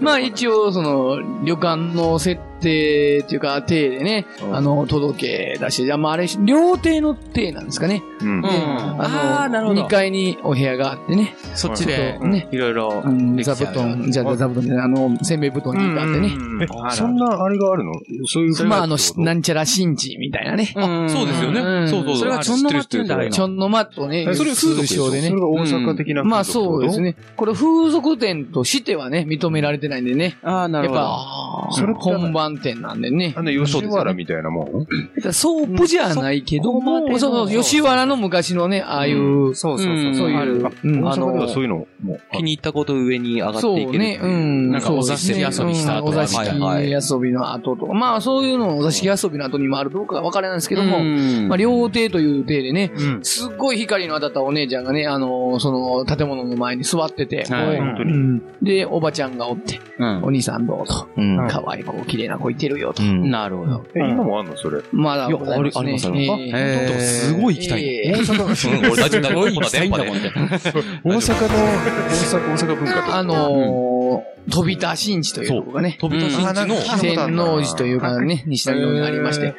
まあ一応、その、旅館の設手っていうか、手でね、あの、届け出して、あまあ、あれ、料亭の手なんですかね。
うん
で
あー
あ
な
の、
るほど
2階にお部屋があってね、
そっちで
ちょっとね、
いろいろ
あの、
で
座布
きちゃう
団、じゃあ座布団じゃないあの、せんべい布団にがあってね。
え、そんなあれがあるのそういう
まあ、あの、
し
なんちゃら新地みたいなね。
あ、そうですよね。
うん
そうそうそう。
それがちょんのまって言うんだ
知
あ
っ
れ
てる知ってる
ちょんの間とね、
それ
通
風
称
俗
で
そ
ね
れ。が大阪的な、
まあそうです
ね。
ね。これ風俗店としてはね、認められてないんでね。
ああ、な
やっ
るほど。
ぱ、
それって
本番店なんでね
あ。の、吉原みたいなもん
だからソープじゃないけども、
うん
そうそう、吉原の昔のね、ああいう、そう
そうそう
そう
あ
いう、うん
大
あ
阪で
の
はそういうのも
気に入ったことを上に上がっていけ
そ
るっていう
ね、うん。
なんか
そうですね
お座敷遊びした後
うんお座敷
はい
遊びの後とか、まあそういうのをお座敷遊びの後にもあるどうかは分からないんですけども、
うん
まあ料亭という亭でね、
うん
すっごい光の当たったお姉ちゃんがね、あのーその建物の前に座ってて、
はい
本当
う
に。
んで、おばちゃんがおって、
うん
お兄さんどうと、
うん
可愛い子、綺麗な子いてるよと。
うん
なるほど。
え、今もあんのそれ。
まだございすね、
いやありありますあります
え
えー
すご い行きたい。
ええ
うん俺大丈夫だよ。こんな
したい
電
ん
波
だ
で
もんね。
大阪の、大阪、大阪文化と。
あのー、飛び田新地というとこがね、
飛び出し
あ
地
なんか
の、
聞いたことある
天
な
王寺というかね、西谷の方にありまし
へ
て。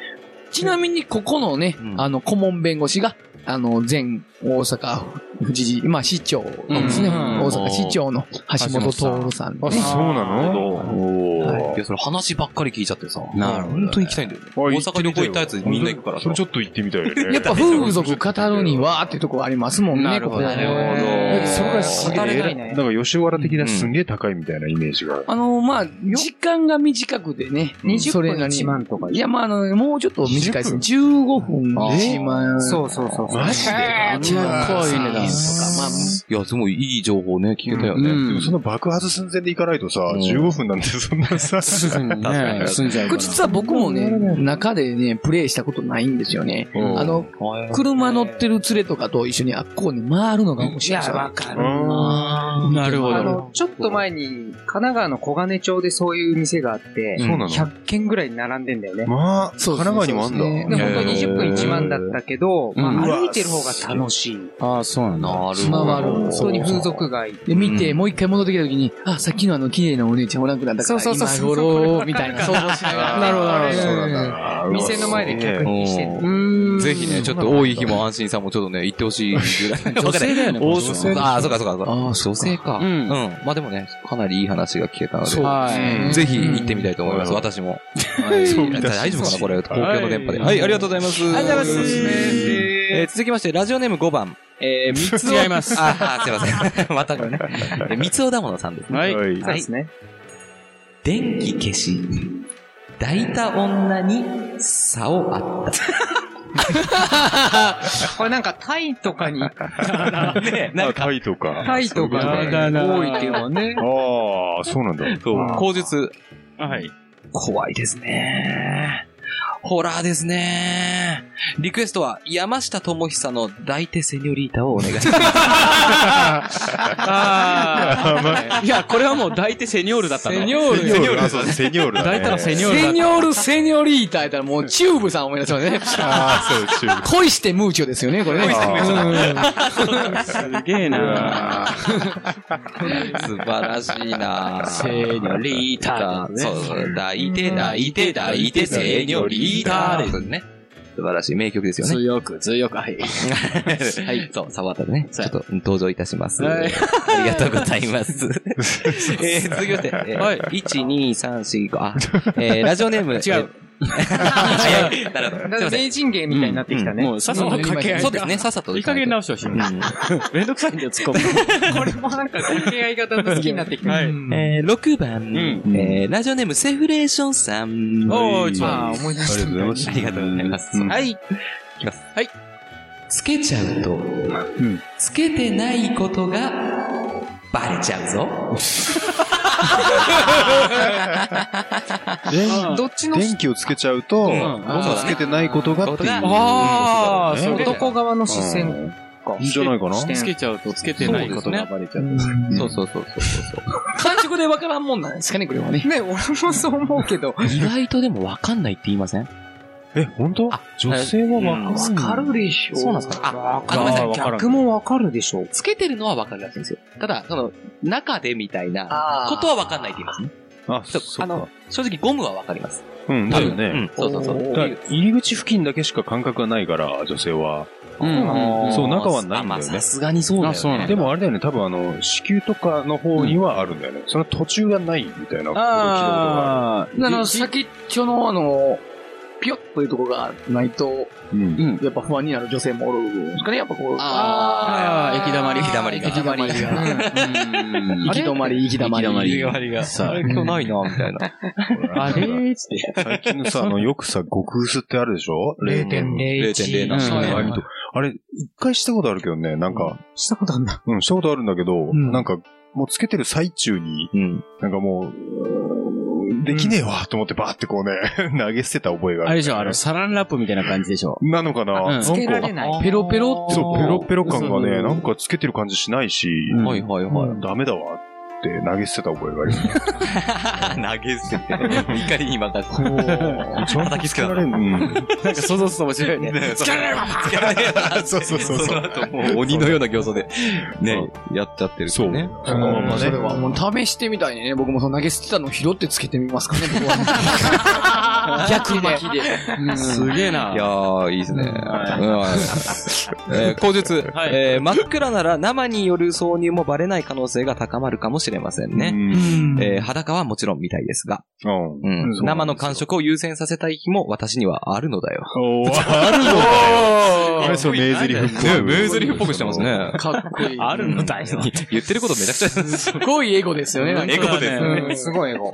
ちなみに、ここのね、
うん
あの、顧問弁護士が、あの、前大阪府知事、まあ、市長のですね、
うん
大阪市長の橋本徹さんと
あ、
ね
そうなのお
はい
や、それ話ばっかり聞いちゃってさ。
なるほど
本当に行きたいんだよね。
大
大阪旅行行ったやつみんな行くからさ
それちょっと行ってみたいよね。
やっぱ風俗語るにはってとこありますもんね、
なるほど
ここね
なるほど
えそれがすげ
語
え
れない
偉
ね
い、なんか吉原的なすんげえ高いみたいなイメージがある。
あの、まあ、時間が短くてね、
20
それ
分
なりに
1万とか
いや、まあ、あの、もうちょっと短いですね。15分1万。
そうそうそうそう。
マジで
1万コインとか、まあ、
いや、すごいいい情報ね、聞けたよね。
でもその爆発寸前で行かないとさ、
ん
15分なんてそんなさ、
ね住んじゃう
これ
から。
実は僕もね、中でね、プレイしたことないんですよね。
うん
あの、車乗ってる連れとかと一緒にあっこうに回るのが面
い
白いです、
や
よ。
わかる。
あ
なるほ
あ
ど。
の、ちょっと前に、神奈川の小金町でそういう店があって、
そうなの
100軒ぐらい並んでんだよね
ー。まあ、
そう
神
ですね
奈川にもあ
そうです
ん
で
だ。
も本当に
へー
20分1万だったけど、
うん
まあ
うわ
歩いてる方が楽しい。
ああ、そうなんだ。
なる
回る
本当に風俗街。
で、見て、
うん
もう一回戻ってきた時に、あ、さっきのあの、綺麗なお姉ちゃんおらんくなったから、
そうそうそう
今頃、みたいな。想像しながら。なるほど、なるほど。
そうなんだ。
店の前で客
ほ
にして
ど
る。
うんぜひね、ちょっと多い日も安心さんもちょっとね、行ってほしいぐらい。
女性だよね。
大
この人
阪ああ、そうかそうかそうか。
ああ、
女性か。
う
うんん。まあでもね、かなりいい話が聞けたの
そう
で。
はい。
ぜひ行ってみたいと思いま
う
す、
ん
私も。はい大丈夫かなこれ、公共の電波で。はい、ありがとうございます。ありがとうございます。えー続きまして、ラジオネーム5番。えー、三つ
違います
あー、すいません。 またこれね。えー三つおだものさんですね。
はい。
はい。
そうですね。
電気消し。抱いた女に、差をあった。
これなんかタイとかに、
ね
あタイとか。
タイとか
そういうことね
に多いっていうのはね。
ああ、そうなんだ。
そう、口述。
はい。
怖いですね。ホラーですね。リクエストは、山下智久の抱いてセニョリータをお願いします。
ああ。いや、これはもう抱いてセニョールだったの。
セニョール
セニョールあそうセニョールだね。
抱いたらセニョール
セ
だった。
ニョール、セニョリータやったらもう、チューブさん思い出しますね。
ああ、そう、中
恋してムーチョですよね、これね。
恋してムーチ
ョ。
すげえな。
素晴らしいな
セニョリータですね
そうそう、抱いて、抱いて、抱いて、セニョリータですね。素晴らしい名曲ですよね。
強く、強く、はい。
はい。そう、サバタでね、
そ
ちょ
う
っ
や
と登場いたします。
は
あ
い
りがとうございます。えー、続きまして、えー
はい
1、2、3、4、5、あ、えー、ラジオネーム。違
違う。
違う。なるほど。すい
だか
ませ
ら
ん
名人芸みたいになってきたね。
もう、さっさと掛け合い。
そうですね、さっさと。
いい加減直してほしい。めんどくさいんだよ、ツッコミ。
これもなんか掛け合い方の好きになってきた。
はい。
えー、6番、
ん
えー、ラジオネームセフレーションさん。
おー、一
ああ、
番。
思い出
あり
し
がとうございます。
ありがとうございます。
うん
はい。いきます。はい。つけちゃうと、つけてないことが、バレちゃうぞ。
た。どっちの
電気をつけちゃうと、音をつけてないことがっていう。
ああ、
そうだね
男側の視
う
線
ん
か。
いいんじゃないかな
視点
つけちゃうとつけてないことがバレちゃう。
そうそうそうそう。
感触でわからんもんなんですかね、これはね。
ね、俺もそう思うけど。
意外とでもわかんないって言いません
え、本当
あ
女性はわかんない。
るでし
そうなんですかあ、
わ
あごめんなさい
逆
逆もわかるでしょ。
つけてるのはわかるらしいんですよ。ただ、その、中でみたいな、ことはわかんないって言いますね。
あ、
そう
そ
あ
っか
の。、正直ゴムはわかります。
うん、だよね。
うん、そうそうそう。
だから入り口付近だけしか感覚がないから、女性は。
うん
そう、中はないんだ
あまあ
よ
さ
ね。
すがにそうだよ、
あ
ね。
そうなんだ
でもあれだよね、多分あの、子宮とかの方にはあるんだよね。その途中がないみたいなことを聞いたことがあ
あの、先っちょの、あの、ピョッというとこがないと、
る。うん。
やっぱ不安になる女性もおるんですかね、やっぱこう。
あー、駅だまり。
駅だまりが
行き止まりが。行き止まり、行き止まり。
が。
さあ
あれ今日ないな、みたいな。
あれーっつって。
最近のさ、あの、よくさ、極薄ってあるでしょ ?0.0
0.0
な
な
し
の
ね
割と。あれ、一回したことあるけどね、なんか、
したことあんな。
うん、したことあるんだけど、
ん
なんか、もうつけてる最中に、
うん
なんかもう、できねえわと思ってバーってこうね、 投げ捨てた覚えがある。
あれでしょ、あの、サランラップみたいな感じでしょ。
なのかな、
うん
なんか
つけられない。
ペロペロって。
そう、ペロペロ感が
そう
ね、なんかつけてる感じしないし、
はいはいはい。
ダメだわって投げ捨てた覚えがある。
投げ捨て て。怒りに任せて。
ちゃんと
叩きつけ
ら
た
れ
な
る。うん
なんか想像すると面白 いね。
つけられればつけられれば
そうそうそうそう
その後もう鬼のような形相で、ね、やっちゃってるっていね。
そのまま
そ
ね
れ。はもう試してみたいね。僕もその投げ捨てたのを拾ってつけてみますかね、僕は。逆巻きで。
すげえな。
いやー、いいですね。うんえー口述、
はい
えー真っ暗なら生による挿入もバレない可能性が高まるかもしれませんね。えー裸はもちろんみたいですが、
うん。うん
うん
そう
生の感触を優先させたい日も私にはあるのだよ。
おーあるのだよ。あれ、そう、名台詞っぽい。
名台詞っぽくしてます ね。
かっこいい。
あるのだよ。
言ってることめちゃくち ゃ、
すごいエゴですよね、なんか
エゴですね。
うんすごいエゴ。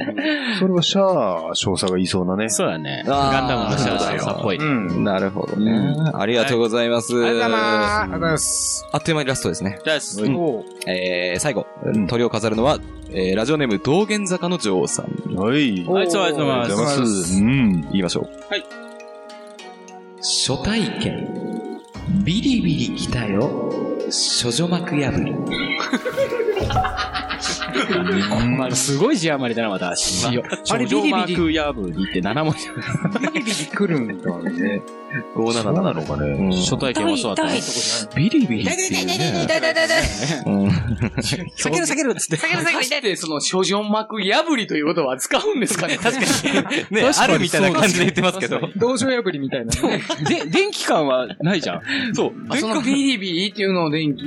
それはシャア少佐が言いそうなね。
そうだね。
あー
ガンダムのシャアシャアっぽい。
ん。
なるほどね。ありがとうございます。ありがとうございます。あっという間にラストですね。
です
うん
えー、最後、鳥を飾るのは、えーラジオネーム、道玄坂の女王さん。
はい。
あいつはありがとうございます。
ありがとうございます。うん。
言いましょう。
はい。
初体験。ビリビリ来たよ。処女膜破り。
まあ、すごい字余りだな、また。あれ、ビリビリ。ヤブリって7文字。
来るんだね。
57
そうなのかね。
初体験もそうだったね。
ビリビリっていうね。
避ける避けるっつって。
果して、その、諸女膜破りということは使うんですかね確か
ね、あるみたいな感じで言ってますけど。
同情破りみたいな。
で、電気感はないじゃん。
そう。
あそのビリビリっていうのを電気。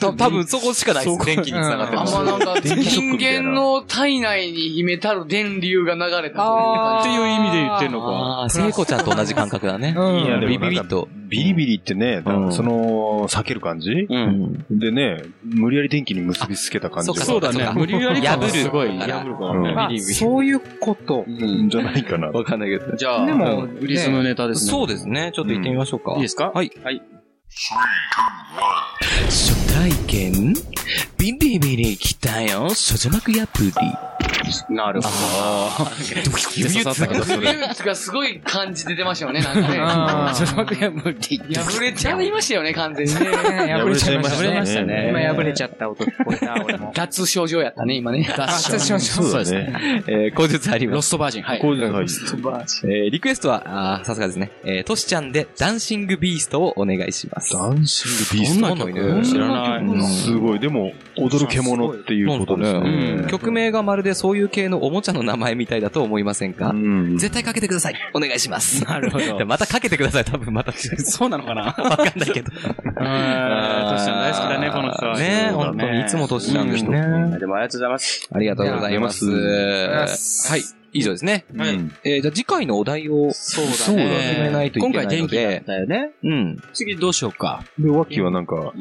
た多分そこしかないです。電気に繋がって
あ
ま
ん
す。
まなんか、
電気ショッ
人
クみたいな
間の体内に秘めたる電流が流れた。
っていう意味で言ってんのか。
ああ、聖子ちゃんと同じ感覚だね。
いやでも
ビビビッと。
ビリビリってね、
うん
その、避ける感じ
うん。
でね、無理やり電気に結びつけた感じが。
そうだね。無理やり感
破
が
る
すごい。
破る
破るか
うん
ら
あ
ね。ビリビリ
そういうこと。
うんじゃないかな。
わかんないけど。
じゃあ、
でも
うんリズムネタですね。
そうですね。ちょっと行ってみましょうか。
いいですか
はい。
はい。
初体験ビリビリ来たよ、処女膜破り。
なるほど。ドキッて刺さったけど、そ
ビ
れ。
リビリがすごい感じで出ましたよね、なん かね。
処女膜破り。
破れちゃいましたよね、完全にね。
破れちゃいました
破れましたね
今破れちゃった音聞こえた、 俺も。
脱症状やったね、今ね。
脱症
そうだね。
えー、口述あります
ロ。ストバージン。はい。
こうじゃない。
えーリクエストは、あーさすがですね。えー、トシちゃんで、ダンシングビーストをお願いします。
ダンシングビース
どんな曲
ト。
知らない
うんすごい。でも、踊る獣っていうことです
なんか
ねう
ね
ん。
曲名がまるでそういう系のおもちゃの名前みたいだと思いませんか、
うん
絶対かけてください。お願いしま す。
なるほど
でまたかけてください。多分また。
そうなのかな
わかんないけど。
トシちゃん大好きだね、この人は。
ね
そうだ
本当にいつもトシちゃんですね。
でもありがとうございます。
ありがとうございます。
ありがとう
はい。以上ですね。
はい
うん
えーじゃあ次回のお題を決
そうだね。
そうだね
めないといけ
今
ない
回
ので。
天気だったよね。
うん。
次どうしようか。
で、ワッキーはなんか、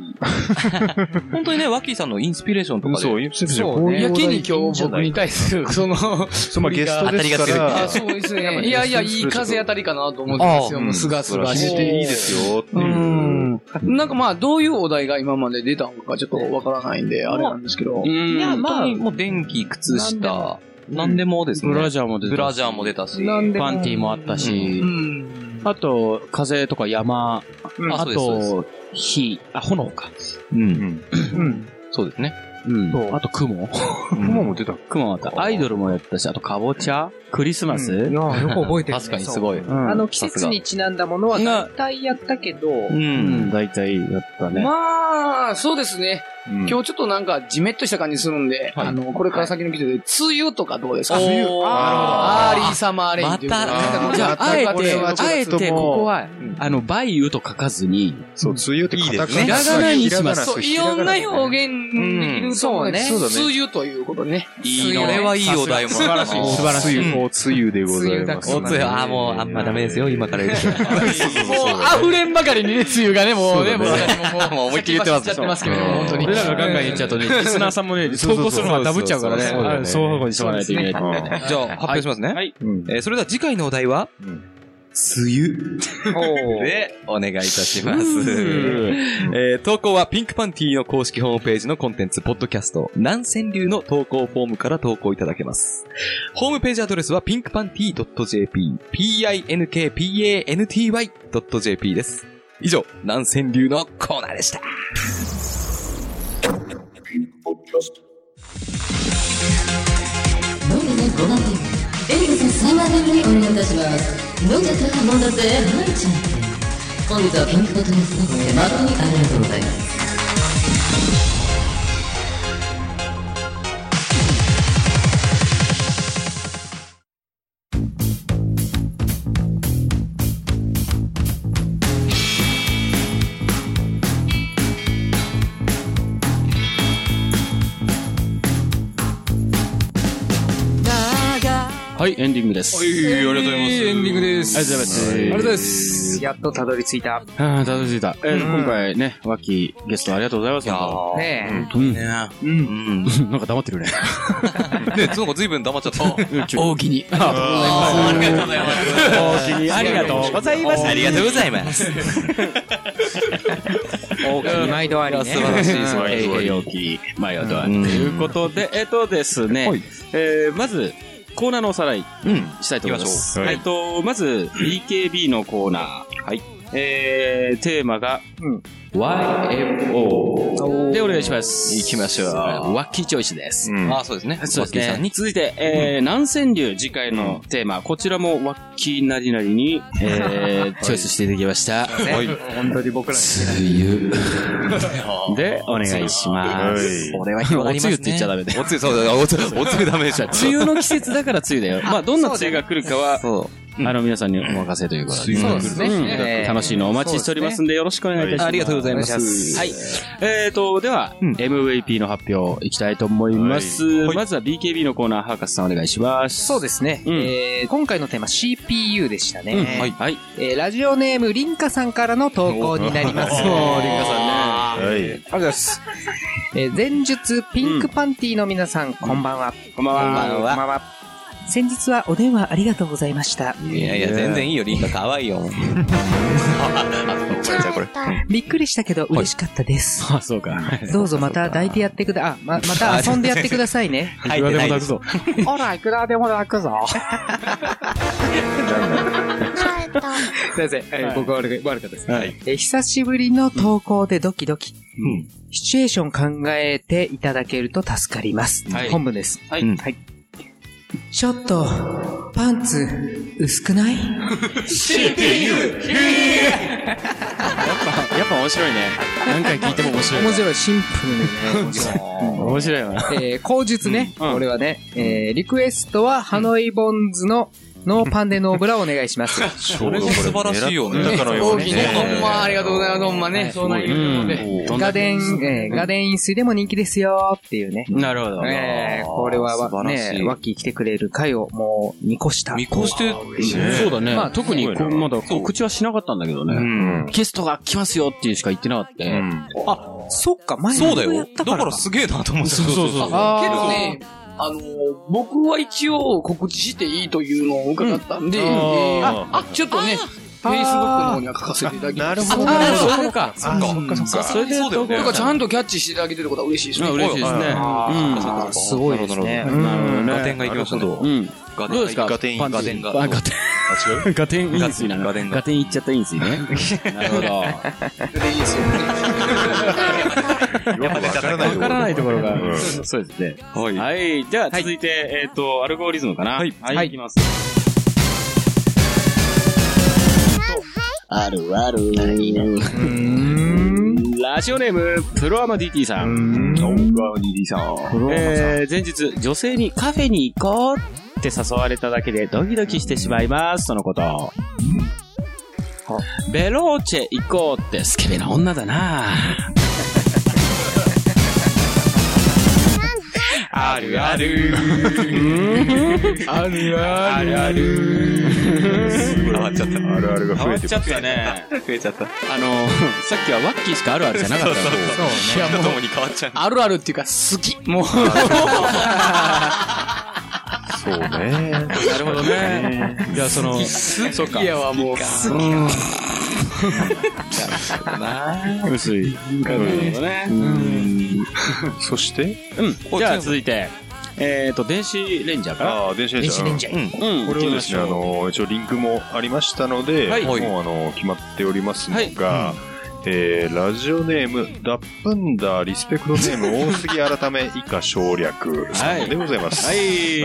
本当にね、ワッキーさんのインスピレーションとかで。
そう、インプセプション、こういう
や
話
け
題
に今日僕に対する、その、
そうまあゲストですか
あ
ら、
そうですね。いやいや、いい風当たりかなと思ってますよ。もう、すがすがし
決して
て。
いいですよって
う
いう。
ん。なんかまあ、どういうお題が今まで出たのかちょっとわからないんで、あれなんですけど。
い
い
や、
や、
ま
ま
あ、
あ、
もう電気、靴下、なんでもですね。
ブラジャーも出て
ブラジャーも出たし。
パンティーもあったし
う、ん。
あと、風とか山、
あ
あ
そうですそうです
と、火、あ、炎か。
うん。
うん。
そうですね。
うん。あと雲。
雲も出た。
雲もあった。アイドルもやったし、あとカボチャクリスマス、
いやよく覚えてる、ね。
確かにすごい。
そう。あの、季節にちなんだものは大体やったけど、
うん、大体やったね。
まあ、そうですね。今日ちょっとなんかじめっとした感じするんで、あの、これから先の季節で、梅雨とかどうですか梅雨。アーリーサマーレインということで
また
じゃあ、あえ
これ
て、
はちょっともう
あえてここは、あの、梅雨と書かずに、
そう、梅雨ってカタカナ
いいですねひらがなにします
そう、いろんな表現できると思うんで、
うんそうだね
梅雨ということでね。
いい、これはいいお題も。素晴らしい。
素晴らしい。お梅雨でございます。
おつよ、あー、もう、あんまダメですよ、今から言う と。
もう、溢れんばかりにね、梅雨がね、もうね、もう私ももう、
もう思いっきり言ってます
やってますけれども、本当に。
俺らがガンガン言っちゃうとね、リスナーさんもね、
そ
投
うそうそう
稿するのがダブっちゃうからね、
そうそうそう
あのそう方向にしとかないといけない。
じゃあ、発表しますね。
はい。
えーそれでは次回のお題は、 梅雨。で、お願いいたします。えー投稿はピンクパンティの公式ホームページのコンテンツ、ポッドキャスト、南川流の投稿フォームから投稿いただけます。ホームページアドレスは pinkpanty.jp、p-i-n-k-p-a-n-t-y.jp です。以上、南川流のコーナーでした。
飲んで5万円エリカさん3万円でお願いいたします飲んじゃったもんだぜはいちゃん本日はピンクボトルスナック誠にありがとうございます
はい、エンディングです。あり
ありがとうございます。エンディングです。
がとうございます。ありがとうございます。
やっとたどり着いた。
ああ、たどり着いた。えー今回ね、和気ゲストありがとうございます。
いやー
ねえ。
うん
うん。
うんなんか黙ってるね。
で、なんか随分黙っちゃった。
大喜利。あ
ありがとうございます。
ありがとうございます。
ありがとうございます。
毎度ありね。
素晴らしい、素晴らしい。
えいえい大喜利、前はドアということで、えっとですね
はい、
えーまず、コーナーのおさらい
うん。
したいと思います。
行きましょう
えっと、まず、BKB のコーナー。はい。えー、テーマが、YMO でお願いします。
行きましょう
ワッキーチョイスです。
ああ、そうですね。
そう
松井
です
さん
ね
に。。
続いて、えー、南川流次回のテーマ、こちらもワッキーなりなりに、え ー、チョイスしていただきました。
はい。本当に僕ら
で、お願いします。
これは広がりますね。
おつゆって言っちゃダメだ
おつゆ、そうだよ。おつゆ、おつゆダメでしょ。
梅雨の季節だから梅雨だよ。まあ、どんな梅雨が来るかは、
そ
あの、皆さんにお任せということで。
そうですね
うん
えー
楽しいのをお待ちしておりますんで、よろしくお願いいたします。
ありがとうございます。
はい。えーと、では、MVP の発表いきたいと思います。まずは BKB のコーナー、ハーカスさんお願いします。
そうですね、
うん
えー今回のテーマ CPU でしたね、
はい。はい。
えーラジオネームりんかさんからの投稿になりますりんかさんね
はい。
ありがとうございます、えー前述ピンクパンティの皆さん、こんばんは
こんばんは。
こんばんは先日はお電話ありがとうございました
いやいや、全然いいよ、リンカ。可愛いよ。あ、じゃあこれ。
びっくりしたけど嬉しかったです、
あ、そうか。
どうぞまた抱いてやってくだ、あ、ま、また遊んでやってくださいね。
入ってないです。
ぞ。
ほら、いくらでも泣くぞ。先生、えー僕は悪か悪かったです。
はい。
えー久しぶりの投稿でドキドキ。シチュエーション考えていただけると助かります。
はい
本文です。
はい
うんはい。ちょっと、パンツ、薄くない
やっぱ面白いね。何回聞いても面白い。
面白い、シンプルでね。
面白いよな。
えー、口述ね。
うんうん
これはね、えー、リクエストは、ハノイボンズのノーパンでノーブラをお願い します。
これも素晴らしいよね。
だからよ
大
ね
喜利ね、ほんまありがとうございます、ほんまね。そうなんやけどね
どん
ガ
な
デン、えー、ガデン飲水でも人気ですよっていうね。
なるほど。
えー、これは
素
わ、
晴らしい
ね、ワッキー来てくれる回をもう見越した。
見越して、
そうだね。
まあ
特にこう、まだ告知はしなかったんだけどね。
うん。
ゲストが来ますよっていうしか言ってなかったね。
あ、そっか、前
そうだ
もや
よ
っ。た
だから
か
すげえなと思ってそうそうそう。
け
あ
どね、あのー、僕は一応告知していいというのを伺ったんで、えーあ、あちょっとね、フェイスブックの方には書かせていただきます。
なるほど
あ
なるほ
そうい
ど
うことか。
あ、そっかそっか。
それで、
そうだよね
とかちゃんとキャッチしていただけてることは嬉しいですね。
嬉しいですね。うん。
あーすごいですね。
なるほどね
ガテンが行きましたね。
うん。
ガテン
どうですか
ガテンイン
パンチ
ガテンが
あガテ
あ、違
ン、ガテンインスイなの。
ガテンが
ガテンいっちゃったインスイね。 なるほど。わ
やっぱ出ちゃった
からないところが
う。ん
そうですね。
う。はい。
はい。じゃあ続いて、えっと、アルゴリズムかな。はい。はい。いきます。あるある。ラジオネーム、プロアマ DT さん。えー、前日、女性にカフェに行こうって誘われただけでドキドキしてしまいます、とのこと。ベローチェ行こうってスケベな女だなあるある。あるある。ある
変わっちゃった。
あるあるが
変
増
わ
え
ってちゃったね。
増えちゃった。
あの、さっきはワッキーしかあるあるじゃなかったんだけど
いや
人と
もう
もに変わっちゃう。
あるあるっていうか、好き。もう、
そうね。
なるほどね。じゃあその、そうか
い。やはもう、
薄い。なるほどね。
そして、
うん。じゃあ続いて、えっと、電子レンジャーか
ああ、電子レンジャー。
な。うん
これはですね、あの、一応リンクもありましたので、
はい
もうあの、決まっておりますのが、えー、ラジオネーム、ダップンダーリスペクトネー ム、大杉改め以下省略さんでございます。
はい。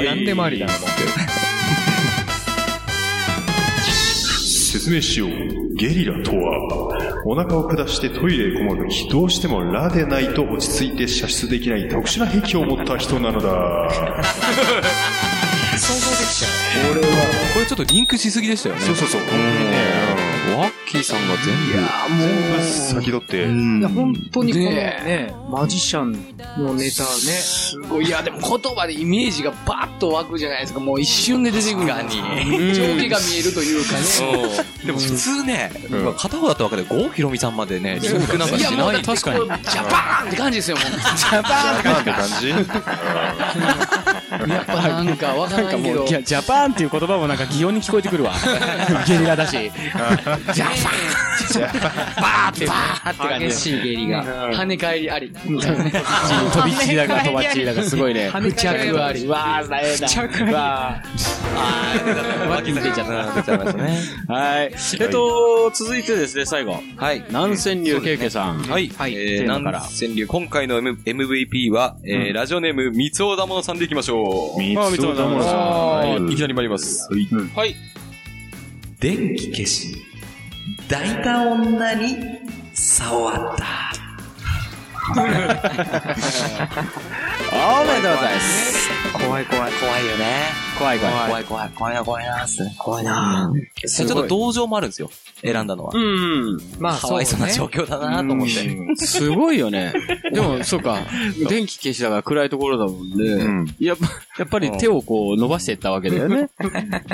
何でもありだな、説明しよう。ゲリラとは、お腹を下してトイレへこもる時、どうしてもラでないと落ち着いて射出できない特殊な兵器を持った人なのだ。
これちょっとリンクしすぎでしたよね。
そうそうそう。本当にね
ワッキーさんが全部。
うん全部先取って、
いや本当にこの
ね
ね、マジシャンのネタね。
すごい。いや、でも言葉でイメージがバーッと湧くじゃないですか。もう一瞬で出てくる。確かに。情景が見えるというかね。
でも普通ね、
うん
まあ片方だったわけで、郷ひろみさんまでね、リンクなんか
い
し
や、も
な
うだ
い
って。こう、ジャパーンって感じですよ、もう。
なんて感じ
やっぱなんかわからんけど。
いや、ジャパンっていう言葉もなんか擬音に聞こえてく るわ。ゲリラだし。
激しい下痢が。
跳ね返りあり。
飛び散りだか飛ばちりだかすごいね。
不着あり。
わー、大変だ。わー。わきづけちゃった。はい。えっと、続いてですね、最後。
はい。
南千流ケイケイさん。
はい。はい。えー、
テーマから
南千流、今回の M- MVP は、えーラジオネーム、三尾だものさんでいきましょう。
三つおだもさん。
いきなり参ります。はい。電気消し。抱いた女に、触った。
おめでとうございます。
怖い怖い。
怖いよね。
怖い怖い。
怖い怖い。怖いな、怖いな、すね。
怖いな
ちょっと同情もあるんですよ。選んだのは。
うん。
まあ、
かわいそうな状
ね。
況だなと思って。
すごいよ ね。でも、そうか。電気消しだから暗いところだもん
う
ね。
ん。
やっぱ、やっぱり手をこう伸ばしていったわけだよね。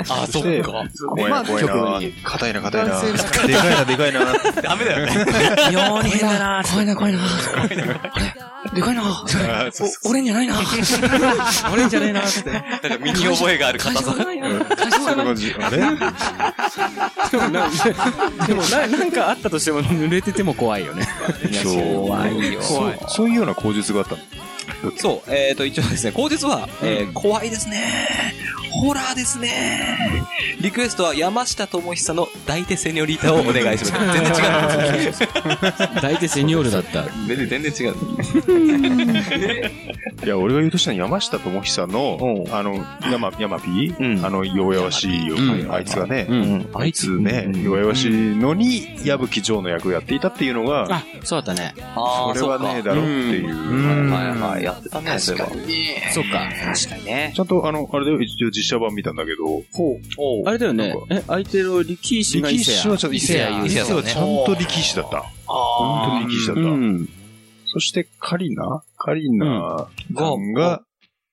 あ、そっか。
怖いな、怖いな。硬いな、硬いな。
男
でかいな、でかいな。
ダメだよね。
妙に変だな怖いな、怖いな。あれでかいな。お俺んじゃない な。
俺んじゃねえなって。なんか身に覚えがある方
会社
さ。
がないな。
そんな感じ。あれ
でもな、でもななんかあったとしても濡れてても怖いよ ね。
そう。
いよ。
そう、そういうような口述があったの。
そう、えー、と、一応ですね、口実は、えー怖いですねホラーですねリクエストは山下智久の抱いてセニョリータをお願いします。全然違う。
大体セニョールだった。
全然、全然違う。
いや、俺が言うとしたのは山下智久の
う、ん
あの、山、山ピ
うん
ーあの、弱々しいよ
う、ん
あいつがね、
うん。
あいつね、弱々しいのに、矢吹城の役をやっていたっていうのが、
あ、そうだったね。
あ
こ
ー
れはねえだろうっていう。
そうかはいはい、やってたね、そういえば。
そっか。
確かにね。
ちゃんと、あの、あれだよ、一応実写版見たんだけど、
あれだよね。え、相手の力士が伊
力
勢
士
や
は。ちょっと伊勢
伊勢
谷。
谷
伊勢谷は
伊勢
ちゃ
谷
んと力士だった。本当に力士だ
う
った。
ん。
そして、カリナカリナさんが、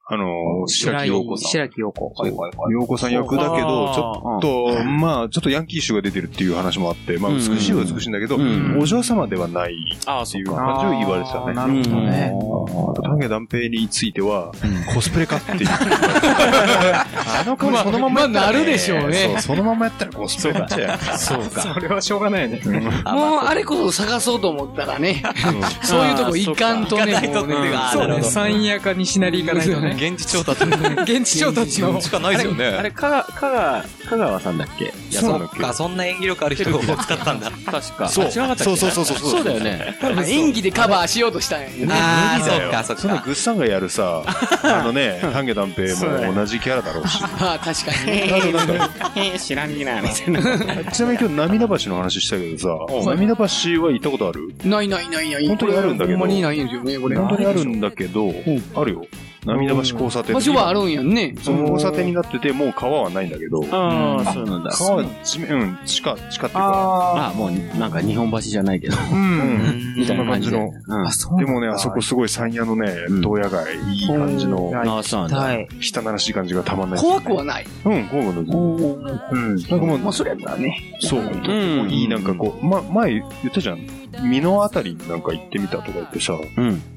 あの、白木陽子さん。
白木陽子。
陽子さん役だけど、ちょっと、まあ、ちょっとヤンキー臭が出てるっていう話もあって、まあ、美しいは美しいんだけど、お嬢様ではないっていう感じを言われてたね。
なるほどね。
あと、丹下断平については、コスプレかっていう。 あの顔そのままやったら、
まあなるでしょうね
そうそのままやったらコスプレだっちゃう。
そうか。
それはしょうがないよね。
もう、あれこそ探そうと思ったらね、そういうとこ行かんとね、もうね。
そうね
三夜か西成行かないとね。
現地調達
現地調達の。
しかないですよね。あれ、か、かが、香川さんだっけそうか、そんな演技力ある人を使ったんだ。
確か。
そう
あ違うかったっけ
そうそうそうそうそう
そうだよね。
演技でカバーしようとしたんやね。
あ
無
ー、
理だ
そ
よ
っか、そっ
その
か。
グッサンがやる さ、あのね、丹下断平も同じキャラだろうし。
ああ、確かに。
あとなんか
知らんみな、みたいな。
ちなみに今日涙橋の話したけどさ、涙橋は行ったことある
ないないないない。
本当にあるんだけど
ほんまにないんですよね、これ。
本当にあるんだけど、あるよ。涙橋交差点。
場所はあるんやんね。
その交差点になってて、もう川はないんだけど、
ああ、そうなんだ。
川は地面、うん、地下、地下っていうか、
あ
ああ、もう、なんか日本橋じゃないけど。
あ。うん。
みたいな感じの。
うん。
でもね、あそこすごい山野のね
う、ん
洞野街、いい感じの、
ああ、そうなんだ。
はい。
汚らしい感じがたまんない。
怖くはない。
うん、怖くない。うん。なんかもう、まあ、それやったらね。そう。いい、なんかこう、ま、前言ったじゃん。美濃あたりになんか行ってみたとか言ってさ、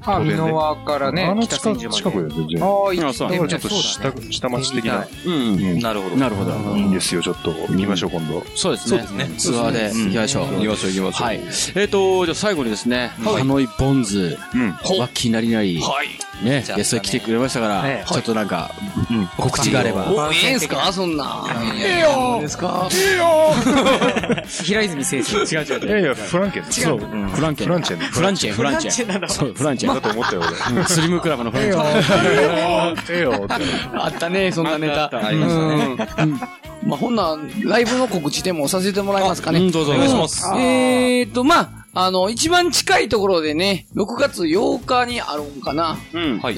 あ、美濃和から
あ
ね、
の
北
近
千
く
住
近
まで。
くだよ、全然。
あ
だ
あ、行って
から
み
ち
た
ょっと
そうだね。
下、下町的な。
うん。
うん
なるほど。
なるほど。
いいんですよ、ちょっと。行きましょう、今度。
そうですね。
ね
ツアーで行きましょう。
行きましょう、行きましょう。
はい。えっ、と、じゃあ最後にですね、ハノイボンズ、
うん
ワッキーなりなり、ね、ゲストに来てくれましたから、
ええ
ちょっとなんか、うん告知があれば。
もうええんすかそんな。ええよですか
平泉聖 司。
違う違う
いやいや、フランケン。そう。
フランケン。
フランチェン
フランチェン、フランチェン。そう、フランチェン。
だと思ったよ、
うんスリムクラブのフランチェン。
俺。ええよって。
あったね、そんなネタ。
ありましたね。
まあ、ほんなん、ライブの告知でもさせてもらいますかね。
うんどうぞ
ん
お願いし
ます
えーと、まあ、あの、一番近いところでね、6月8日にあるんかな。
うん。
はい。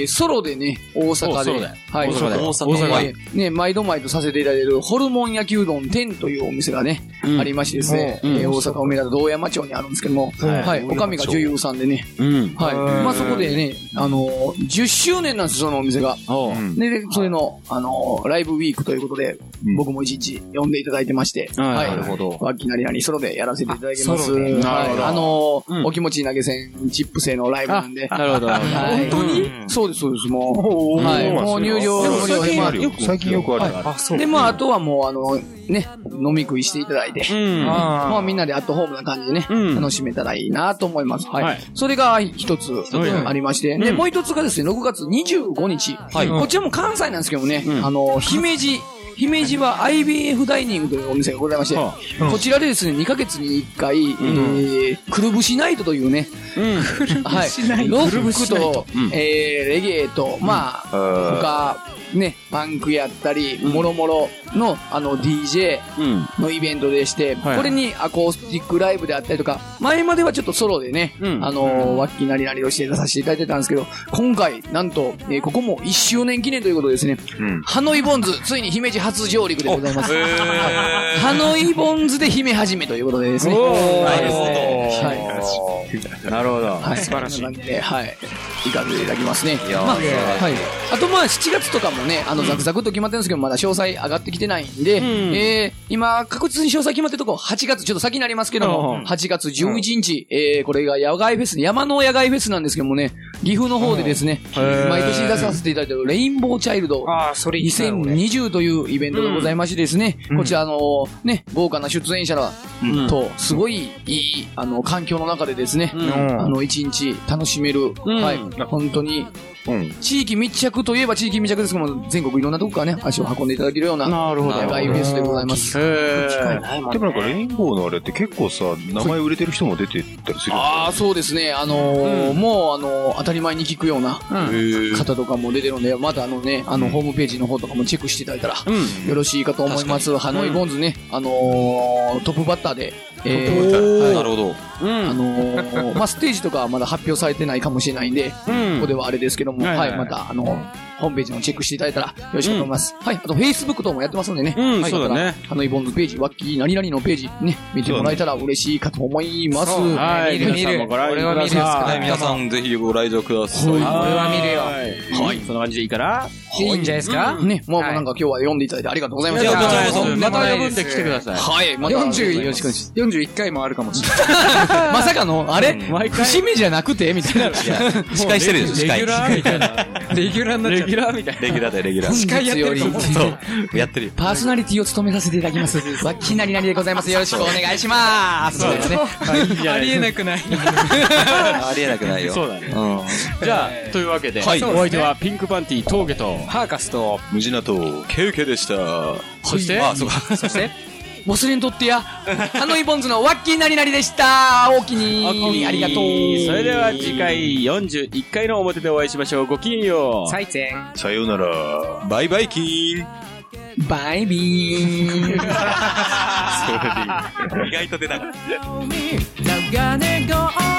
えー、ソロでね、大
お
阪
ソ
で
ロで。
はい。
大阪で。
大阪
大阪
えーね、毎度毎度させていただいてる、ホルモン焼きうどん天というお店がね、
うん
ありましてですね、
うん
えー大阪梅田の道山町にあるんですけども、はい、おかみが女優さんでね、
うん。
はい。まあ、そこでね、あのー、10周年なんですよ、そのお店が。
おう
うん
で、でそれの、あのー、ライブウィークということで、
うん
僕も一日呼んでいただいてまして、
はい
はい。
なる
ほど。わきなりなりソロでやらせていただき
あ
ま
ソ
す。
ロ
は
で
い。
なるほど
あのー
うん
お気持ち投げ銭チップ制のライブなんで。
なるほど。
はい
本当に
うん
そうです、そうです、もう。はい。
まあ
もう入場無料で、まあ
最近よくあるよ。
あ、そう。
で、まあ、あとはもう、あの、ね、飲み食いしていただいて、
うん。
まあ、
あ
みんなでアットホームな感じでね、
うん
楽しめたらいいなと思います。はい。
はい
それが一つありまして、で、
うん
もう一つがですね、6月25日。
い
こちらも関西なんですけどもね、
うん
あの、姫路。姫路は IBF ダイニングというお店がございまして、
は
こちらでですね、2ヶ月に1回、えー、くるぶしナイトというね、
うん。
はい、ロックと、
うん
えー、レゲエと、まあ、他、ね、パンクやったり、もろもろの、あの、DJ
うん。
のイベントでして、
はい
これにアコースティックライブであったりとか、前まではちょっとソロでね、
うん
あのー、ワッキーなりなりをして出させていただいてたんですけど、今回、なんと、えーここも1周年記念ということでですね、
うん
ハノイボンズ、ついに姫路初上陸でございます。
え
ハノイボンズで姫始めということでですね。
なる
はい。
なるほど。
はい、素晴らしい。なんで、はい。行かせていただきますね。
いやー
まあ、
いやー
はい。あと、まあ、7月とかもね、あの、ザクザクと決まってるんですけど、まだ詳細上がってきてないんで、えー、今、確実に詳細決まってるとこ、8月、ちょっと先になりますけども、8月11日、えー、これが野外フェス、山の野外フェスなんですけどもね、岐阜の方でですね、毎年出させていただいてるレインボーチャイルド
あー、それいいな俺
2020というイベントがございましてですね、こちらあのね、豪華な出演者らと、すごいいい、あの、環境の中でですね、あの、一日楽しめる、はい、本当に、
うん。
地域密着といえば地域密着ですけども、全国いろんなとこからね、足を運んでいただけるような、
なるほど
野外フェスでございます。
でもなんかレインボーのあれって結構さ、名前売れてる人も出てたりするよね
ああ、そうですね。あのーもう、あのー当たり前に聞くような
へー
方とかも出てるので、またあのね、あの、ホームページの方とかもチェックしていただいたら、よろしいかと思います。ハノイボンズね、あのートップバッターで、えー
なるほど。
あのーまあ、ステージとかはまだ発表されてないかもしれないんで、ここではあれですけども、
はい
は
はい
い、また、あのーホームページもチェックしていただいたらよろしくと思います。はい。あと、Facebook 等もやってますんでね。
うん
はい、
そうだね
よかったらあの、イボンズページ、ワッキー何々のページ、ね、見てもらえたら嬉しいかと思います。
そう
は
はい、
見る
皆
見る
さんもご覧く
俺は見
だ
るよ
さ。
はいい、皆さんぜひご来場ください。
こ
俺は見るよ
よ。はい、そんな感じでいいかな。
いいんじゃないですか
いね、もう
はい
なんか今日は読んでいただいてありがとうございま
い
し
や
た。
こちらこそ
とんで
ま
も
た
ない
呼
で
ん
す
で来てください。
はい、またお願いします
41、41回もあるかもしれない。
まさかの、あれ節目じゃなくてみたいな。
司会してるでしょ、司
レギ
会
ュ。ラーみたいな。
レギュラーになっちゃ
レ
う
ギュラーみたいな。
レギュラーでレギュラー。
司会やってると思う
そう。やってるよ。
パーソナリティを務めさせていただきます。わっきなりなりでございます。よろしくお願いします。そうですね。
ありえなくない。
ありえなくないよ。
そうだね。
うん。
じゃあ、というわけで、お相手はピンクパンティ峠と、
ハーカスと、
無事なと、
ケウケでした。
そして、
あ、そうか。
そして、
忘れんとって や。あのイボンズのわっきなりなりでした。おおきに。
おきに
ありがとう。
それでは次回41回の表でお会いしましょう。ごきげんよう。
サイゼン。
さようなら。
バイバイキーン。
バイビー。
意外と出なかった。
流れ込